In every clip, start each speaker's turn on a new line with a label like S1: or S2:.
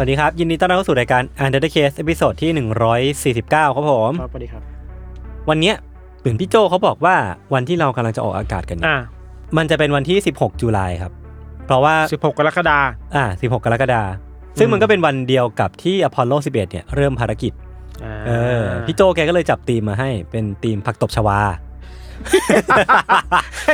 S1: สวัสดีครับ ยินดีต้อนรับเข้าสู่รายการ Untitled Case ตอนที่ 149 ครับผม
S2: ครับสวัสดีครับ
S1: วันเนี้ยเหมือนพี่โจเขาบอกว่าวันที่เรากำลังจะออกอากาศกันเนี่ย
S2: อ่า
S1: มันจะเป็นวันที่ 16 จุลายครับ เพราะว่า
S2: 16 กรกฎา
S1: อ่า 16 กรกฎาคมซึ่ง
S2: อืม
S1: มันก็เป็นวันเดียวกับที่อพอลโล 11 เนี่ยเริ่มภารกิจ
S2: อ่า
S1: เออพี่โจแกก็เลยจับธีมมาให้เป็นธีมผักตบชวา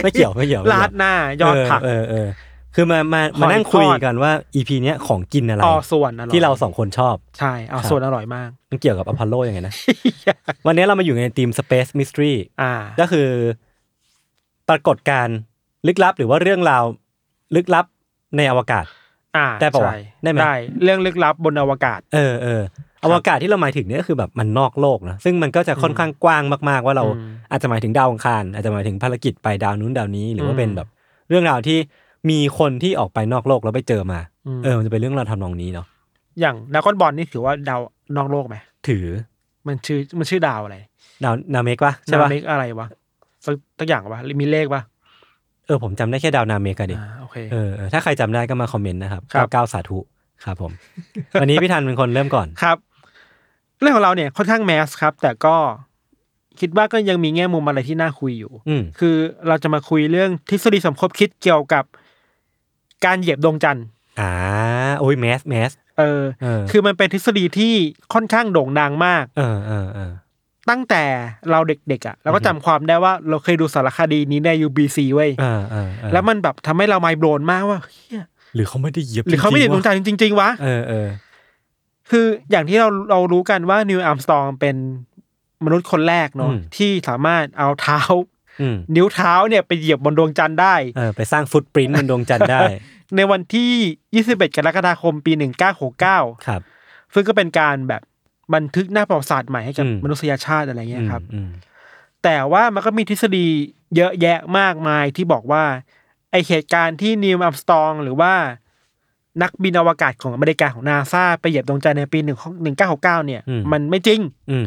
S1: ไม่เกี่ยวไม่เกี่ยวไม่เกี่ยว
S2: ลาดหน้ายอดผัก
S1: เออเออเออคือมามา
S2: หอย
S1: มานั่งคุย
S2: ทอด
S1: กันว่าอีพีเนี้ยของกินอะไร
S2: เอาส่วนอร่อย
S1: ที่เราสองคนชอบ
S2: ใช่เอา
S1: ครับ
S2: ส่วนอร่อยมาก
S1: มันเกี่ยวกับอพอลโลยังไงนะ วันนี้เรามาอยู่ในธีม Space Mystery
S2: อ่า
S1: ก็คือ ปรากฏการณ์ลึกลับหรือว่าเรื่องราวลึกลับในอวกาศ
S2: อ่า
S1: ได้ปะวะ
S2: ใช่
S1: ได้ไหม
S2: ได้เรื่องลึกลับบนอวกาศ
S1: เออเอออวกาศที่เราหมายถึงเนี่ยก็คือแบบมันนอกโลกนะซึ่งมันก็จะค่อนข้างกว้างมาก ๆ ว่าเรา
S2: อืม
S1: อาจจะหมายถึงดาวอังคาร อาจจะหมายถึงภารกิจไปดาวนู้นดาวนี้ หรือว่า
S2: อืม
S1: เป็นแบบ เรื่องราวที่มีคนที่ออกไปนอกโลกแล้วไปเจอมา
S2: ม
S1: เออมันจะเป็นเรื่องราวทำนองนี้เนาะ
S2: อย่างดรากอนบอลนี่ถือว่าดาวนอกโลกไหม
S1: ถือ
S2: มันชื่อมันชื่อดาวอะไร
S1: ดาวนาเมกวะใช่ปะ
S2: นาเมกอะไรวะสักตักอย่างวะมีเลขปะ
S1: เออผมจำได้แค่ดาวนาเมกอะดิ
S2: อ่าโอเค
S1: เออเออถ้าใครจำได้ก็มาคอมเมนต์นะครับ
S2: ครับ
S1: ก้าวสาธุครับผม วันนี้พี่ธันเป็นคนเริ่มก่อน
S2: ครับ เรื่องของเราเนี่ยค่อนข้างแมสครับ แต่ก็คิดว่าก็ยังมีแง่มุมอะไรที่น่าคุยอยู่
S1: อืม
S2: คือเราจะมาคุยเรื่องทฤษฎีสมคบคิดเกี่ยวกับการเหยียบดวงจันทร์
S1: อ่าโอ้ยแมสแมส
S2: เออ
S1: เออ
S2: คือมันเป็นทฤษฎีที่ค่อนข้างโด่งดังมาก
S1: เออเออเออ
S2: ตั้งแต่เราเด็กๆอ่ะเราก็จำความได้ว่าเราเคยดูสารคดีนี้ใน UBC เว้ย
S1: เออเออเออ
S2: แล้วมันแบบทำให้เราไมโบรนมากว่าเฮีย
S1: หรือเขาไม่ได้เหยียบ
S2: หรือเขาไม่
S1: จ
S2: เห็
S1: ง
S2: น
S1: ๆ
S2: ดวงจันทร์จริง ๆ วะ
S1: เออเออ
S2: คืออย่างที่เราเรารู้กันว่านิวอัมสตองเป็นมนุษย์คนแรกเนาะที่สามารถเอาเท้า
S1: อืม
S2: นิ้วเท้าเนี่ยไปเหยียบบนดวงจันทร์ได้
S1: เออไปสร้างฟุตปรินต์บนดวงจันทร์ได้
S2: ในวันที่ 21 กรกฎาคมปี 1969
S1: ครับ
S2: ซึ่งก็เป็นการแบบบันทึกหน้าประวัติศาสตร์ใหม่ให้กับ
S1: อืม
S2: มนุษยชาติอะไรเงี้ยครับ
S1: อืม
S2: แต่ว่ามันก็มีทฤษฎีเยอะแยะมากมายที่บอกว่า ไอเหตุการณ์ที่นิวอัมสตองหรือว่า นักบินอวกาศของอเมริกาของนาซาไปเหยียบดวงจันทร์ในปี 1969 เนี่ย มันไม่จริง
S1: อืม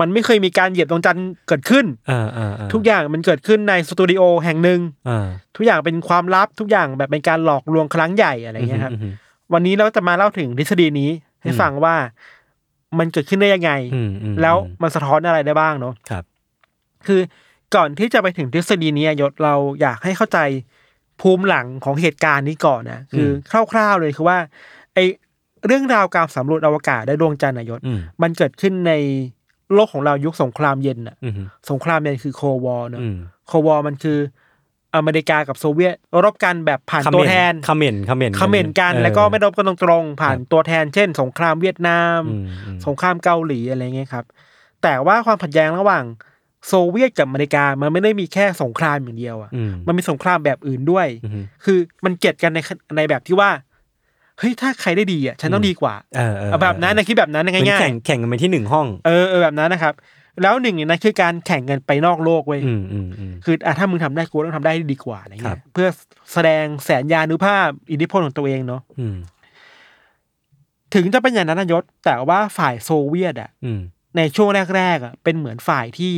S2: มันไม่เคยมีการเหยียบดวงจันทร์เกิดขึ้น
S1: เออเออเออ
S2: ทุกอย่างมันเกิดขึ้นในสตูดิโอแห่งหนึ่ง
S1: เออ
S2: ทุกอย่างเป็นความลับทุกอย่างแบบเป็นการหลอกลวงครั้งใหญ่อะไรเงี้ยครับ
S1: อืมอืม
S2: วันนี้เราจะมาเล่าถึงทฤษฎีนี้ ให้
S1: อืม
S2: ฟังว่ามันเกิดขึ้นได้ยังไง
S1: อืมอืม
S2: แล้วมันสะท้อนอะไรได้บ้างเนาะ
S1: ครับ
S2: คือก่อนที่จะไปถึงทฤษฎีนี้อะยศเราอยากให้เข้าใจภูมิหลังของเหตุการณ์นี้ก่อนนะคืออคร่าวๆเลยคือว่าไอเรื่องราวการสำรวจอวกาศได้ดวงจันทร์อะยศ
S1: อืม
S2: มันเกิดขึ้นในโลกของเรายุคสงครามเย็นอะ
S1: อืม
S2: สงครามเย็นคือโควอเนาะ
S1: อืม
S2: โควอมันคืออเมริกากับโซเวียตรบกันแบบผ่านตัวแทน
S1: คอมเมนต์คอมเมนต์
S2: คอมเมนต์กัน
S1: ออ
S2: แล้วก็ไม่รบกันตรงๆผ่านตัวแทน เช่น สงครามเวียดนาม
S1: อืมอืม
S2: สงครามเกาหลีอะไรเงี้ยครับ แต่ว่าความขัดแย้งระหว่างโซเวียตกับอเมริกามันไม่ได้มีแค่สงครามอย่างเดียวอ่ะ
S1: อืม
S2: มันมีสงครามแบบอื่นด้วย
S1: อืม
S2: คือมันเกลียดกันในในแบบที่ว่าเฮ้ยถ้าใครได้ดีอ่ะฉันต้องดีกว่า
S1: เออเออ
S2: เอาแบบนั้นนะคิดแบบนั้นนะ
S1: เหมือน
S2: ง่าย
S1: แข่งแข่งกันไปที่หนึ่งห้อง
S2: ๆเออเออแบบนั้นนะครับ แล้วหนึ่งในนั้นคือการแข่งกันไปนอกโลกเว้ย
S1: อืมอืมอืม
S2: คืออ่ะถ้ามึงทำได้กูก็ต้องทำได้ดีกว่าอะไร
S1: ครั
S2: เงี้
S1: บ
S2: ยเพื่อแสดงแสนยานุภาพอิทธิพลของตัวเองเนาะ
S1: อืม
S2: ถึงจะเป็นอย่างนั้นนะยศ แต่ว่าฝ่ายโซเวียตอ่ะ
S1: อืม
S2: ในช่วงแรกๆอ่ะเป็นเหมือนฝ่ายที่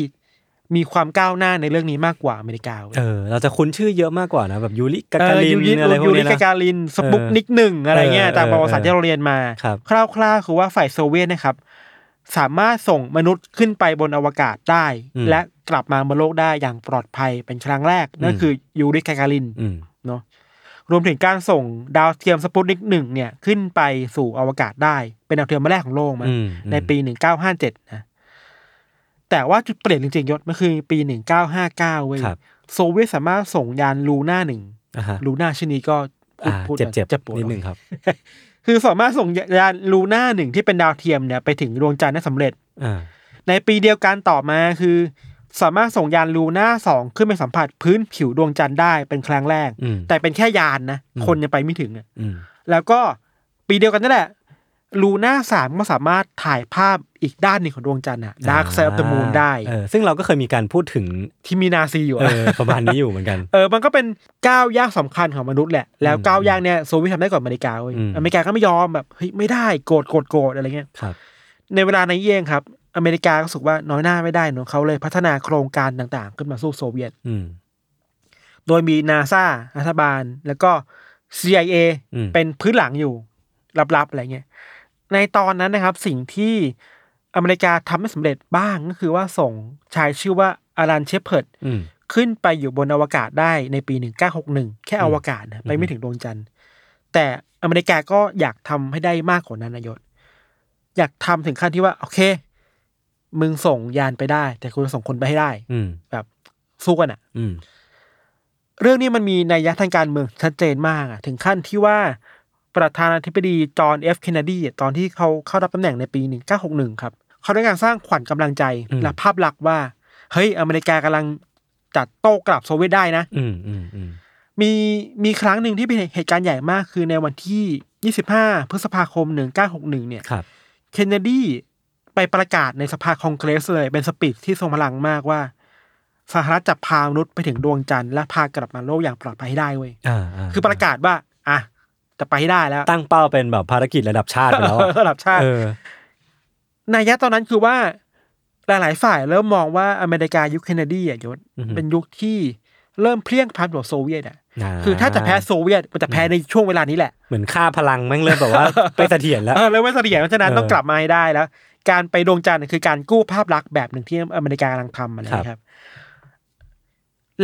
S2: มีความก้าวหน้าในเรื่องนี้มากกว่าอเมริกาเว้ย
S1: เออ เราจะคุ้นชื่อเยอะมากกว่านะแบบยูริกาการิ
S2: ยูริ
S1: นอะไรพว
S2: ยู
S1: ก
S2: ริ
S1: นี้นะ
S2: กาการินสปุกนิกหนึ่งอะไรเงี้ย
S1: เออ
S2: ตามประวัติศาสตร์ที่เราเรียนมา
S1: ครับ
S2: คร่าวๆคือว่าฝ่ายโซเวียตนะครับ สามารถส่งมนุษย์ขึ้นไปบนอวกาศได้ และกลับมาบนโลกได้อย่างปลอดภัยเป็นครั้งแรกนั่นคือยูริกาการิน
S1: อืม
S2: เนาะรวมถึงการส่งดาวเทียมสปุตนิกหนึ่งเนี่ยขึ้นไปสู่อวกาศได้ เป็นดาวเทียมแรกของโลกมา
S1: อืม
S2: ในปีหนึ่งเก้าห้าเจ็ดนะ แต่ว่าจุดเปลี่ยนจริงๆยศมันคือปี 1959 เว้ย
S1: ครับ
S2: โซเวียตสามารถส่งยานลูน่าหนึ่ง
S1: อ่าฮะ
S2: ลูน่าชื่อนี้ก็พูด
S1: อ่า
S2: พูด
S1: เจ็บเจ็บ
S2: เจ็บปวด
S1: นิดนึงครับ
S2: คือสามารถส่งยานลูน่าหนึ่งที่เป็นดาวเทียมเนี่ยไปถึงดวงจันทร์ได้สำเร็จ
S1: อ่า
S2: ในปีเดียวกันต่อมาคือ สามารถส่งยานลูน่าสองขึ้นไปสัมผัสพื้นผิวดวงจันทร์ได้เป็นครั้งแรก
S1: อืม
S2: แต่เป็นแค่ยานนะ คนยังไปไม่ถึงอะ
S1: อืม
S2: แล้วก็ปีเดียวกันนั่นแหละลูน่าสามก็สามารถถ่ายภาพอีกด้านหนึ่งของดวงจันทร์อะดาร์กไซด์ออฟเดอะมูนได้
S1: เออซึ่งเราก็เคยมีการพูดถึง
S2: ที่มีนาซีอยู่
S1: เอ
S2: อะ
S1: อประมาณนี้อยู่เหมือนกัน
S2: เออมันก็เป็นก้าวย่างสำคัญของมนุษย์แหละ แล้วก้าวย่างเนี่ยโซเวียตทำได้ก่อนอเมริกาเว้ย
S1: อืม
S2: อเมริกาก็ไม่ยอมแบบเฮ้ยไม่ได้โกรธโกรธโกรธอะไรเงี้ย
S1: ครับ
S2: ในเวลาในนเองครับ อเมริกาก็รู้สึกว่าน้อยหน้าไม่ได้เนอะเขาเลยพัฒนาโครงการต่างๆ ขึ้นมาสู้โซเวียต
S1: อืม
S2: โดยมีนาซารัฐบาล แล้วก็ CIA
S1: อืม
S2: เป็นพื้นหลังอยู่ ลับๆ อะไรเงี้ย ในตอนนั้นนะครับ สิ่งที่อเมริกาทำไม่สำเร็จบ้างก็คือว่าส่งชายชื่อว่าอารันเชฟเพิร์ด
S1: อืม
S2: ขึ้นไปอยู่บนอวกาศได้ในปี 1961 แค่อวกาศนะไปไม่ถึงดวงจันทร์ แต่อเมริกาก็อยากทำให้ได้มากกว่านั้นนายศ อยากทำถึงขั้นที่ว่า โอเค มึงส่งยานไปได้ แต่คุณส่งคนไปให้ได้
S1: อืม
S2: แบบสู้กันอะ
S1: อืม
S2: เรื่องนี้มันมีนัยยะทางการเมืองชัดเจนมากอะถึงขั้นที่ว่าประธานาธิบดีจอห์นเอฟเคนเนดีอะตอนที่เขาเข้ารับตำแหน่งในปี 1961 ครับ เขาได้การสร้างขวัญกำลังใจ
S1: อืม
S2: และภาพลักษณ์ว่า เฮ้ย อเมริกากำลังจัดโต้กลับโซเวียตได้นะ
S1: อืมอืมอืม
S2: มีมีครั้งหนึ่งที่เป็นเหตุการณ์ใหญ่มากคือในวันที่ 25 พฤษภาคม 1961 เนี่ย
S1: ครับ
S2: เคนเนดีไปประกาศในสภาคองเกรสเลย เป็นสปีชที่ทรงพลังมากว่าสหรัฐจะพามนุษย์ไปถึงดวงจันทร์และพากลับมาโลกอย่างปลอดภัยให้ได้เว้ย
S1: อ่าา
S2: คือประกาศว่า อ่ะ จะไปให้ได้แล้ว
S1: ตั้งเป้าเป็นแบบภารกิจระดับชาติไปแล้วอะ
S2: ระดับชาติ
S1: เออ
S2: นัยยะตอนนั้นคือว่า หลาย ๆ ฝ่ายเริ่มมองว่าอเมริกายุคเคนเนดีอะยศ
S1: อือฮึ
S2: เป็นยุคที่เริ่มเพลี่ยงพล้ำต่อโซเวียตอ่ะ
S1: อ่
S2: คือถ้าจะแพ้โซเวียตมันจะแพ้ในช่วงเวลานี้แหละ
S1: เหมือนค่าพลังแม่งเริ่ม แบบว่า ไปเสถียรแล้ว
S2: เออแล้วไม่เสถียรเพราะฉะนั้น
S1: เออ
S2: ต้องกลับมาให้ได้แล้ว การไปดวงจันทร์คือการกู้ภาพลักษณ์แบบหนึ่งที่อเมริกากำลังทำอะไรนะครับ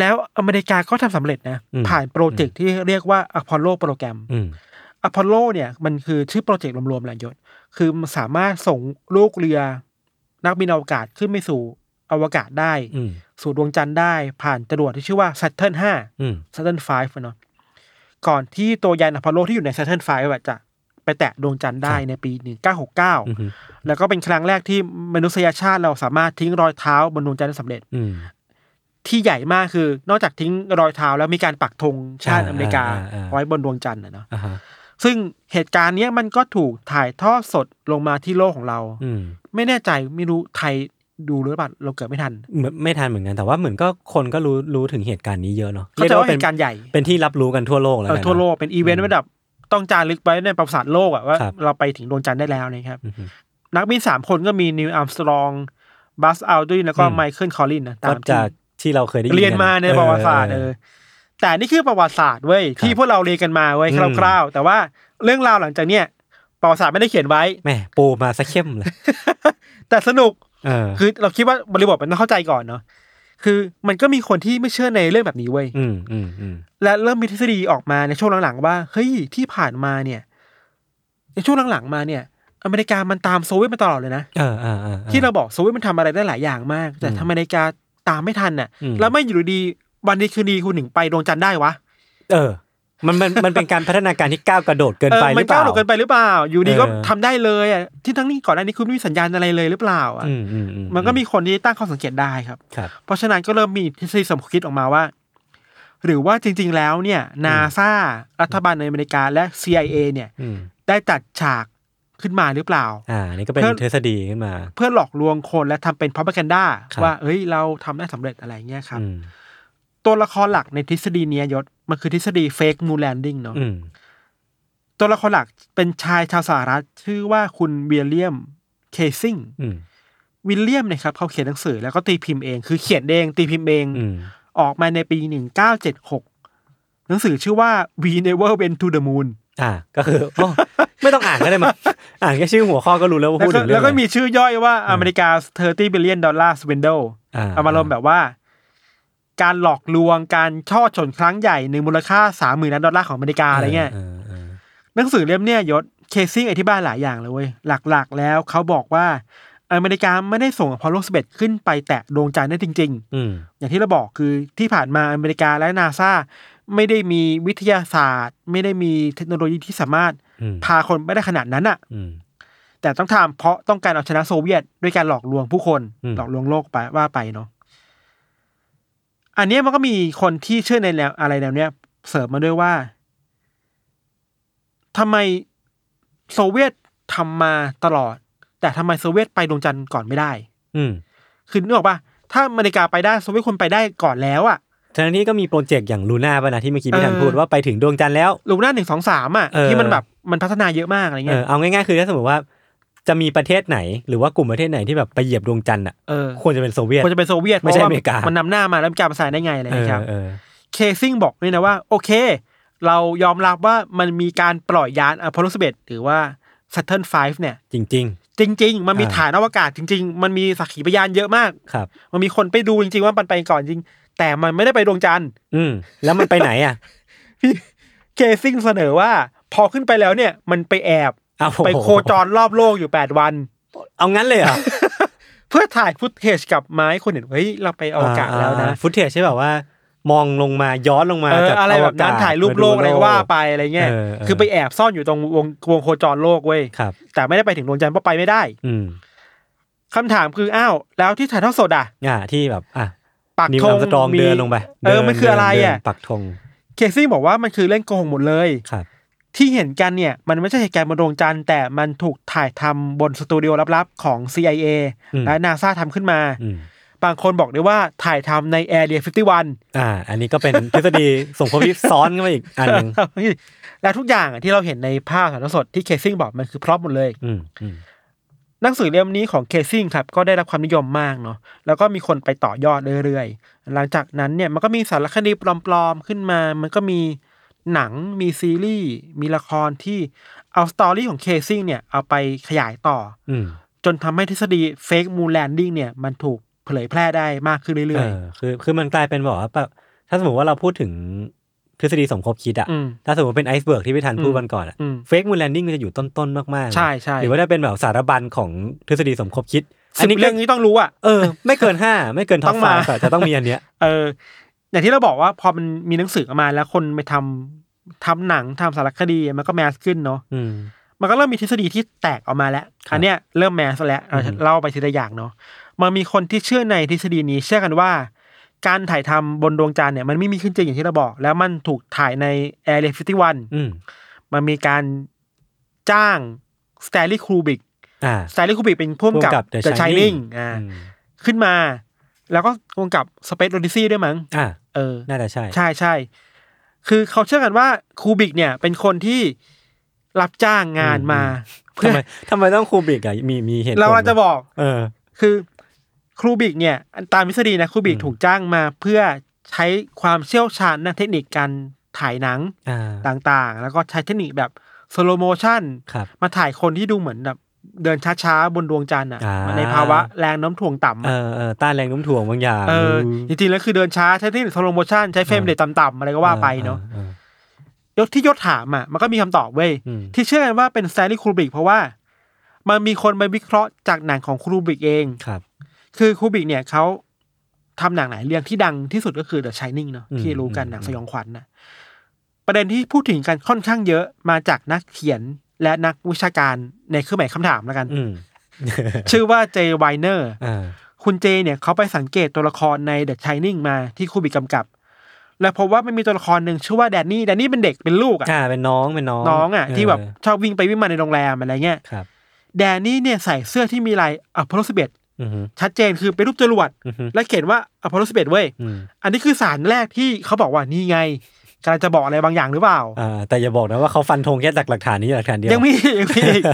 S2: แล้วอเมริกาก็ทำสำเร็จนะ
S1: อืม
S2: ผ่านโปรเจกต์ที่เรียกว่าอพอลโลโปรแกรม
S1: อืม
S2: อพอลโลเนี่ยมันคือชื่อโปรเจกต์รวมๆแหละยศ คือมันสามารถส่งลูกเรือนักบินอวกาศขึ้นไปสู่อวกาศได้
S1: อืม
S2: สู่ดวงจันทร์ได้ ผ่านจรวดที่ชื่อว่า Saturn
S1: อืม
S2: 5 Saturn 5เนาะก่อนที่ตัวยานอพอลโลที่อยู่ใน Saturn 5อะจะไปแตะดวงจันทร์ได้ในปี
S1: อืม
S2: 1969 แล้วก็เป็นครั้งแรกที่มนุษยชาติเราสามารถทิ้งรอยเท้าบนดวงจันทร์ได้สำเร็จ
S1: อืม
S2: ที่ใหญ่มากคือนอกจากทิ้งรอยเท้าแล้วมีการปักธงชาติอเมริกาไว้บนดวงจันทร์นะเนาะ
S1: อ่าฮะ
S2: ซึ่งเหตุการณ์เนี้ยมันก็ถูกถ่ายทอดสดลงมาที่โลกของเรา
S1: อืม
S2: ไม่แน่ใจไม่รู้ไทยดูหรือเปล่าเราเกิดไม่ทัน
S1: เหมือนไม่ทันเหมือนกันแต่ว่าเหมือนก็คนก็รู้รู้ถึงเหตุการณ์นี้เยอะเนาะ
S2: เขาใจะว่า
S1: เป็
S2: เป็นนการใหญ่
S1: เป็นที่รับรู้กันทั่วโลกแล้ว
S2: เออ
S1: กันนะ
S2: ทั่วโลกเป็นอีเวนต์ระดับต้องจารึกไว้ในประวัติศาสตร์โลกอะว่า
S1: ครับ
S2: เราไปถึงดวงจันทร์ได้แล้วนะครับ
S1: อือฮึ
S2: นักบินสามคนก็มีนิวอัมสตรองบัสอัลดินแล้วก็
S1: อืม
S2: ไมเคิลคอลลินนะตา
S1: ก็
S2: ม
S1: จากที่เราเคยได้
S2: ที่
S1: ยิน
S2: เรียนมาในประวัติศาสตร์
S1: เอ
S2: เอ
S1: อ
S2: อแต่นี่คือประวัติศาสตร์เว้ย
S1: ครับ
S2: ที่พวกเราเรียนกันมาเว้ย
S1: อืม
S2: คร่าวๆแต่ว่าเรื่องราวหลังจากเนี้ยประวัติศาสตร์ไม่ได้เขียนไว้
S1: แหม่ปูมาซะเข้มเลย
S2: แต่สนุก
S1: เออ
S2: คือเราคิดว่าบริบทมันต้องเข้าใจก่อนเนาะ คือมันก็มีคนที่ไม่เชื่อในเรื่องแบบนี้เว้ย
S1: อืมอืมอืม
S2: และเริ่มมีทฤษฎีออกมาในช่วงหลังๆว่าเฮ้ยที่ผ่านมาเนี่ย ในช่วงหลังๆมาเนี่ย อเมริกามันตามโซเวียตมาตลอดเลยนะ
S1: เออเออออออ
S2: ที่เราบอกโซเวียตมันทำอะไรได้หลายอย่างมาก แต่
S1: อืม
S2: ทำไมอเมริกาตามไม่ทันน่ะ
S1: อืม
S2: แล้วไม่อยู่ดีๆวันดีคืนดีคุณหนึ่งไปดวงจันทร์ได้วะ
S1: เออ มันมันมันเป็นการพัฒนาการที่ก้าวกระโดดเกิน
S2: เออ
S1: ไปห
S2: มั
S1: รื
S2: น
S1: อเป
S2: ก้า
S1: ล่า
S2: วหลุดเกินไปหรือเปล่า อยู่ดีก็
S1: เออ
S2: ทำได้เลยอ่ะที่ทั้งนี้ก่อนหน้านี้คุณไม่มีสัญญาณอะไรเลยหรือเปล่าอ่ะ
S1: อืมอืมอื
S2: มันก็มีคนที่ตั้งข้อสังเกตได้ครับ
S1: ครับ
S2: เพราะฉะนั้นก็เริ่มมีทฤษฎีสมคบคิดออกมาว่า หรือว่าจริงๆแล้วเนี่ยนาซารัฐบาลในอเมริกาและ CIA เนี่ย
S1: อืม
S2: ได้จัดฉากขึ้นมาหรือเปล่า
S1: อ่าอันนี่ก็เป็น
S2: เพื่อ
S1: ทฤษฎีขึ้นมา
S2: เพื่อหลอกลวงคนและทำเป็นพ r o p a g a n d a
S1: ครับ
S2: ว่า เอ้ย เราทำได้สำเร็จอะไรเงี้ยครับ
S1: อืม
S2: ตัวละครหลักในทฤษฎีเนี้ยยศ มันคือทฤษฎีเฟกมู o แลนดิ n งเนาะ
S1: อืม
S2: ตัวละครหลักเป็นชายชาวสหรัฐ ชื่อว่าคุณเวียเลียมเคซิง
S1: อืม
S2: วิลเลียมเนะครับเขาเขียนหนังสือแล้วก็ตีพิมพ์เองคือเขียนเองตีพิมพ์เอง
S1: อืม
S2: ออกมาในปี 1976 หนังสือชื่อว่า We Never Went to the Moon
S1: อ่า ก็คือ โอ้ไม่ต้องอ่านก็ได้มา อ่านแค่ชื่อหัวข้อก็รู้แล้วว่า
S2: แล้ว
S1: พูด
S2: ก็
S1: ถึงเรื่
S2: แล้
S1: อ
S2: ว
S1: ง
S2: ก็
S1: อะไร
S2: มีชื่อย่อยว่าอเมริกา 30 billion dollar swindle เอามารวมแบบว่า การหลอกลวงการช่อฉนครั้งใหญ่ในมูลค่า 30,000ล้านดอลลาร์ของอเมริกาอะไรเงี้ย
S1: อเออ
S2: หนังสือเล่มเนี้ยยศเคซิ่งอธิบายหลายอย่างเลยเว้ยหลักๆแล้วเขาบอกว่าอ อเมริกาไม่ได้ส่งอพอลโล11 ขึ้นไปแตะดวงจันทร์ได้จริง
S1: อืม
S2: ๆ อย่างที่เราบอกคือที่ผ่านมาอเมริกาและนาซาไม่ได้มีวิทยาศาสตร์ ไม่ได้มีเทคโนโลยีที่สามารถ
S1: อืม
S2: พาคนไปได้ขนาดนั้นอะ
S1: อืม
S2: แต่ต้องทำเพราะต้องการเอาชนะโซเวียตด้วยการหลอกลวงผู้คน
S1: อืม
S2: หลอกลวงโลกไปว่าไปเนาะอันเนี้ยมันก็มีคนที่เชื่อในแนวอะไรแนวเนี้ย เสริมมาด้วยว่าทำไมโซเวียตทำมาตลอด แต่ทำไมโซเวียตไปดวงจันทร์ก่อนไม่ได้
S1: อืม
S2: คือนึกออกปะถ้าอเมริกาไปได้โซเวียตควรไปได้ก่อนแล้วอะ
S1: ทั้งนี้ก็มีโปรเจกต์อย่างลูน่าป่ะนะที่เมื่อกี้พี่ทัน
S2: เออ
S1: พูดว่าไปถึงดวงจันทร์แล้ว
S2: ลูน่าหนึ่งสองสามอะ
S1: เออ
S2: ที่มันแบบมันพัฒนาเยอะมากอะไร
S1: เอ
S2: เงี้
S1: อย เอาง่ายๆคือถ้าสมมติว่าจะมีประเทศไหน หรือว่ากลุ่มประเทศไหนที่แบบไปเหยียบดวงจันทร์อ่ะ
S2: เออ
S1: ควรจะเป็นโซเวียต
S2: ควรจะเป็นโซเวียต
S1: ไม่ใช่
S2: พะว่
S1: อเมริกามั
S2: นนำหน้ามาแล้วอเมริกาประสานได้ไงอะไร
S1: เออ
S2: นะครับ
S1: เออ
S2: เคซิงบอกด้วยนะว่า โอเค เรายอมรับว่ามันมีการปล่อยยานอพอลโล11 หรือว่า Saturn 5 เนี่ย
S1: จริง
S2: จริง ๆ มันมี
S1: อ่า
S2: ฐานอวกาศจริง ๆ มันมีสักขีพยานเยอะมาก
S1: ๆ ครับ
S2: มันมีคนไปดูจริง ๆ ว่ามันไปก่อนจริง แต่มันไม่ได้ไปดวงจันทร์
S1: อืมแล้วมันไปไหนอ่ะ
S2: เคซิงเสนอว่า พอขึ้นไปแล้วเนี่ยมันไปแอบ
S1: เอา
S2: ไปโคจรรอบโลกอยู่แปดวัน
S1: เอางั้นเลยเหรอ่ะ
S2: เพื่อถ่ายฟุตเทจกลับมาให้คนเห็นเฮ้ย เราไปอวกาศแล้วนะ
S1: ฟุตเทจใช่แบบว่า มองลงมาย้อนลงมา
S2: เออ
S1: จาก
S2: อะไรแบบนั้น
S1: อวกศ
S2: ถ่ายรูปโลกอะไรก็ว่าไปอะไรเงี้ย
S1: เออเออ
S2: คือไปแอบซ่อนอยู่ตรงวงวงโคจรโลกเว้ย
S1: ครับ
S2: แต่ไม่ได้ไปถึงดวงจันทร์เพราะไปไม่ได้
S1: อืม
S2: คำถามคืออ้าวแล้วที่ถ่ายทอดสดอ่ะ
S1: อ่าที่แบบอ่ะ
S2: ปัก
S1: นิว
S2: ธ
S1: อั
S2: ง
S1: มสตรอง
S2: มี
S1: เดินลงไป
S2: เออมันคืออะไร
S1: เดินเดิ
S2: อ่ะ
S1: นปักธง
S2: เคซี่บอกว่ามันคือเล่นโกหกหมดเลย
S1: ครับ
S2: ที่เห็นกันเนี่ยมันไม่ใช่เหตุการณ์บนดวงจันทร์แต่มันถูกถ่ายทำบนสตูดิโอลับๆของ CIA
S1: อืม
S2: และนาซาทำขึ้นมา
S1: อืม
S2: บางคนบอกได้ว่าถ่ายทำในแอร์เรีย51
S1: อ่า อันนี้ก็เป็นทฤษฎีสมคบคิดซ้อนกันมาอีกอันห นึ่ง
S2: และทุกอย่างอะที่เราเห็นในภาพสารสดที่เคซิงบอกมันคือพร็อพหมดเลย
S1: อืมอืม
S2: หนังสือเล่มนี้ของเคซิงครับก็ได้รับความนิยมมากเนาะแล้วก็มีคนไปต่อยอดเรื่อยๆ หลังจากนั้นเนี่ยมันก็มีสารคดีปลอมๆขึ้นมา มันก็มีหนังมีซีรีส์มีละครที่เอาสตอรี่ของเคซิงเนี่ยเอาไปขยายต่อ
S1: อืม
S2: จนทำให้ทฤษฎีเฟกมู o แลนดิ้งเนี่ยมันถูกเผยแพร่ได้มากขึ้นเรื่อย
S1: เออคือคือมันกลายเป็นแบอกว่าแบบถ้าสมมติว่าเราพูดถึงทฤษฎีสมคบคิดอะ
S2: ๆ อืม
S1: ถ้าสมมติเป็นไอซ์เบิร์กที่พี่ทันพูด
S2: อืม
S1: วันก่อนอะ
S2: อืม
S1: เฟกมูลแลนดิ้งมันจะอยู่ต้นๆมากๆ
S2: ใช่ใช่
S1: หรือว่าถ้าเป็นแบบสารบัญของทฤษฎีสมคบคิด
S2: สิบ
S1: นี้ก็
S2: เรื่องนี้ต้องรู้อ่ะ
S1: เออ ไม่เกินห้าไม่เกินท็อ
S2: ต้
S1: ป
S2: อง
S1: ฟ
S2: มา
S1: จะต้องมีอันเนี้ย
S2: เอออย่างที่เราบอกว่าพอมันมีหนังสือออกมาแล้วคนไปทำทำหนังทำสารคดีมันก็แมสขึ้นเนาะ
S1: อืม
S2: มันก็เริ่มมีทฤษฎีที่แตกออกมาแล้ว
S1: ครับ
S2: อันเนี้ยเริ่มแมสแล้วเรา
S1: อืม
S2: เล่าไปทีละอย่างเนาะมันมีคนที่เชื่อในทฤษฎีนี้เชื่อกันว่า การถ่ายทำบนดวงจันทร์เนี่ยมันไม่มีขึ้นจริงอย่างที่เราบอก แล้วมันถูกถ่ายในแอร์เรียฟิตี้วัน
S1: อืม
S2: มันมีการจ้างสแตลลี่ครูบิก
S1: อ่า
S2: สแตลลี่ครูบิกเป็นพ่วงกั
S1: ผู้
S2: บ
S1: กำกับ The
S2: The Shining
S1: Shining
S2: อ่า
S1: อืม
S2: ขึ้นมา แล้วก็พ่วงกับสเปซโอดิซีด้วยมั้ง
S1: อ่า
S2: เออ
S1: น่าจะใช่
S2: ใช่ใช่ คือเขาเชื่อกันว่าครูบิกเนี่ยเป็นคนที่รับจ้างงานมา
S1: อื
S2: เพื่อ
S1: ทำไมทำไมต้องครูบิกอะมีมีเหตุผล
S2: เราจะ
S1: ไหม
S2: บอก
S1: เออ
S2: คือครูบิกเนี่ยตามทฤษฎีนะครูบิก
S1: อืม
S2: ถูกจ้างมาเพื่อใช้ความเชี่ยวชาญด้านเทคนิคการถ่ายหนัง
S1: อ่า
S2: ต่างๆ แล้วก็ใช้เทคนิคแบบสโลโมชัน
S1: ครับ
S2: มาถ่ายคนที่ดูเหมือนแบบเดินช้าๆ บนดวงจันทร์อ่ะ
S1: อ่า
S2: ในภาวะแรงโน้ำถ่วงต่ำ
S1: เออ
S2: อะ
S1: เออต้านแรงโน้มถ่วงบางอย่าง
S2: เออจริงๆแล้วคือเดินช้าใช้เทคนิคสโลโมชันใช้เฟรมเรทต่ำๆอะไรก็ว่าไปเนาะ
S1: ออย
S2: ศที่ยศถามอ่ะมันก็มีคำตอบเว้ย
S1: เอออืม
S2: ที่เชื่อกันว่าเป็นสแตนลีย์ครูบริกเพราะว่า มันมีคนไปวิเคราะห์จากหนังของครูบริกเอง
S1: ครับ
S2: คือครูบริกเนี่ยเขาทำหนังหลายเรื่องที่ดังที่สุดก็คือ The Shining เนาะ
S1: อืม
S2: ที่รู้กัน
S1: อืม
S2: หนังสยองขวัญนะประเด็นที่พูดถึงกันค่อนข้างเยอะมาจากนักเขียนและนักวิชาการในเครื่องหมายคำถามแล้วกัน
S1: อืม
S2: ชื่อว่าเจไวเนอร์
S1: อ่า
S2: คุณเจเนี่ยเขาไปสังเกตตัวละครใน The Shining มาที่ครูบริกกำกับ และพบว่ามันมีตัวละครหนึ่งชื่อว่าแดนนี่แดนนี่เป็นเด็กเป็นลูกอ่ะ
S1: อ่าเป็นน้องเป็นน้อง
S2: น้องอ่ะ
S1: เ
S2: ที่แบบชอบวิ่งไปวิ่งมาในโรงแรมอะไรเงี้ย
S1: ครับ
S2: แดนนี่เนี่ยใส่เสื้อที่มีลายอพอลโลสิบเอ็ด
S1: อือฮึ
S2: ชัดเจนคือเป็นรูปจรวด
S1: อือฮึ
S2: และเขียนว่าอพอลโลสิบเอ็ดเว้ย
S1: อืม
S2: อันนี้คือสารแรกที่เขาบอกว่านี่ไงกำลังจะบอกอะไรบางอย่างหรือเปล่า
S1: อ่าแต่อย่าบอกนะว่าเขาฟันธงแค่จากหลักฐานนี้หลักฐานเดียว
S2: ยังมี ยังมีอีก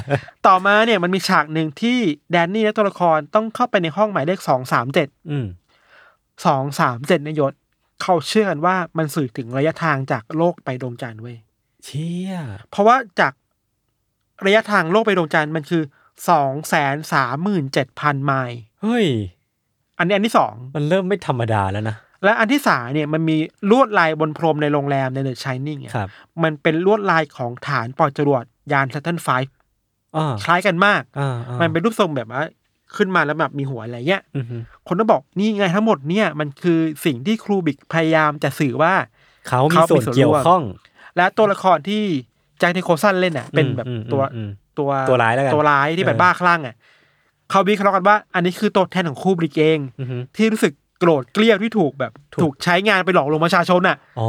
S2: ต่อมาเนี่ยมันมีฉากหนึ่งที่แดนนี่และตัวละครต้องเข้าไปในห้องหมายเลขสองสามเจ็ด
S1: อืม
S2: สองสามเจ็ดนยศเขาเชื่อกันว่ามันสื่อถึงระยะทางจากโลกไปดวงจันทร์เว้ย
S1: เชี่ย
S2: เพราะว่าจากระยะทางโลกไปดวงจันทร์มันคือสองแสนสามหมื่นเจ็ดพันไมล์
S1: เฮ้ย
S2: อันนี้อันที่สอง
S1: มันเริ่มไม่ธรรมดาแล้วนะ
S2: และอันที่สามเนี่ยมันมีลวดลายบนพรมในโรงแรมในเดอะชายนิ่ง
S1: ครับ
S2: มันเป็นลวดลายของฐานปล่อยจรวดยาน Saturn V
S1: อ่า
S2: คล้ายกันมาก
S1: อ่า
S2: มั
S1: มัน
S2: เป็นรูปทรงแบบว่า ขึ้นมาแล้วแบบมีหัวอะไรเงี้ย
S1: อือฮึ
S2: คนก็บอกนี่ไงทั้งหมดเนี่ยมันคือสิ่งที่ครูบิกพยายามจะสื่อว่า
S1: เขามี
S2: เขามี
S1: ส่วน
S2: ส่วนร่วม
S1: เกี่ยวข้อง
S2: และตัวละครที่แจ็คนิโคลสันเล่นอ่ะ เป็นแบบ
S1: อืมอืม
S2: ตัว
S1: อืม
S2: ตัว
S1: ตัวร้ายแล้วกัน
S2: ตัวร้ายที่แบบ
S1: เออ
S2: บ้าคลั่งอ่ะเขาวิเคราะห์กันว่า อันนี้คือตัวแทนของครูบิกเอง
S1: อือฮึ
S2: ที่รู้สึกโกรธเกลียวที่ถูกแบบ
S1: ถูก
S2: ถูกใช้งานไปหลอกลวงประชาชนอ่ะ
S1: อ๋อ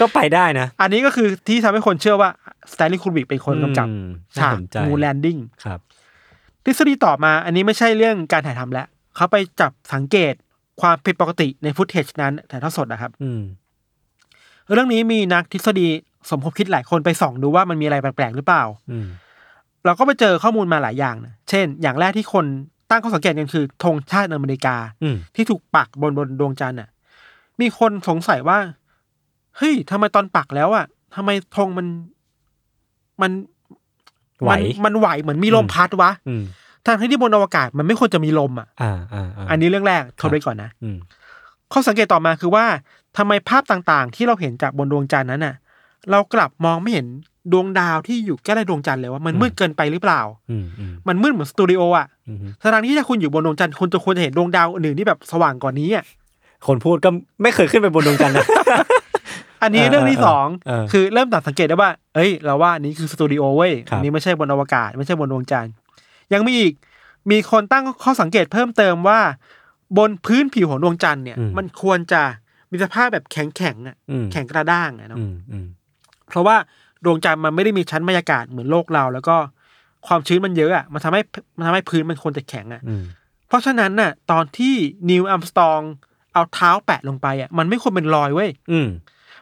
S1: ก็ไปได้นะ
S2: อันนี้ก็คือที่ทำให้คนเชื่อว่าสแตนลีย์คูบิกเป็นคนกำกับ
S1: อืม
S2: ฉาก
S1: น่สนใจ
S2: มูแลนดิ้ง
S1: ครับ
S2: ทฤษฎีต่อมาอันนี้ไม่ใช่เรื่องการถ่ายทำแล้วเขาไปจับสังเกตความผิดปกติในฟุตเทจนั้นถ่ายทอดสดนะครับ
S1: อืม
S2: เรื่องนี้มีนักทฤษฎีสมคบคิดหลายคนไปส่องดูว่ามันมีอะไรแปลกๆหรือเปล่า
S1: อืม
S2: เราก็ไปเจอข้อมูลมาหลายอย่างนะเช่น อย่างแรกที่คนตั้งข้อสังเกตกันคือธงชาติอเมริกา
S1: อืม
S2: ที่ถูกปักบนบนดวงจันทร์น่ะ มีคนสงสัยว่า เฮ้ยทำไมตอนปักแล้วอ่ะทำไมธงมันมัน
S1: ไหว
S2: มันมันไหวเหมือนมีลม
S1: อืม
S2: พัดวะ
S1: อืม
S2: ทางที่บนอวกาศมันไม่ควรจะมีลมอ่ะ
S1: อ่าอ่าา
S2: อันนี้เรื่องแรกทบไปก่อนนะ
S1: อืม
S2: ข้อสังเกตต่อมาคือว่าทำไมภาพต่างๆ ที่เราเห็นจากบนดวงจันทร์นั้นน่ะ เรากลับมองไม่เห็นดวงดาวที่อยู่ใกล้ๆดวงจันทร์เลยว่ามัน
S1: อืม
S2: มืดเกินไปหรือเปล่า
S1: อืมอืม
S2: มันมืดเหมือนสตูดิโออ่ะ
S1: อืม
S2: ทางที่ถ้าคุณอยู่บนดวงจันทร์คุณจะควรจะเห็นดวงดาวอื่นๆที่แบบสว่างกว่านี้อ่ะ
S1: คนพูดก็ไม่เคยขึ้นไปบนดวงจันทร์ นะ
S2: อันนี้
S1: เออ
S2: เรื่องที่
S1: เออ
S2: สอง
S1: เออ
S2: คือเริ่มตัดสังเกตได้ว่า เอ้ย เราว่าอันนี้คือสตูดิโอเว้ย
S1: ครับ
S2: อันนี้ไม่ใช่บนอวกาศ ไม่ใช่บนดวงจันทร์ยังมีอีกมีคนตั้งข้อสังเกตเพิ่มเติมว่า บนพื้นผิวของดวงจันทร์เนี่ย มันควรจะมีสภาพแบบแข็งแข็งๆอะ
S1: อืม
S2: แข็งกระด้างอะเนาะ
S1: อืมอืม
S2: เพราะว่าดวงจันทร์มันไม่ได้มีชั้นบรรยากาศเหมือนโลกเรา แล้วก็ความชื้นมันเยอะอะมันทำให้มันทำให้พื้นมันควรจะแข็งอะ
S1: อืม
S2: เพราะฉะนั้นน่ะ ตอนที่นิวอัมสตองเอาเท้าแปะลงไปอะมันไม่ควรเป็นรอยเว้ย
S1: อืม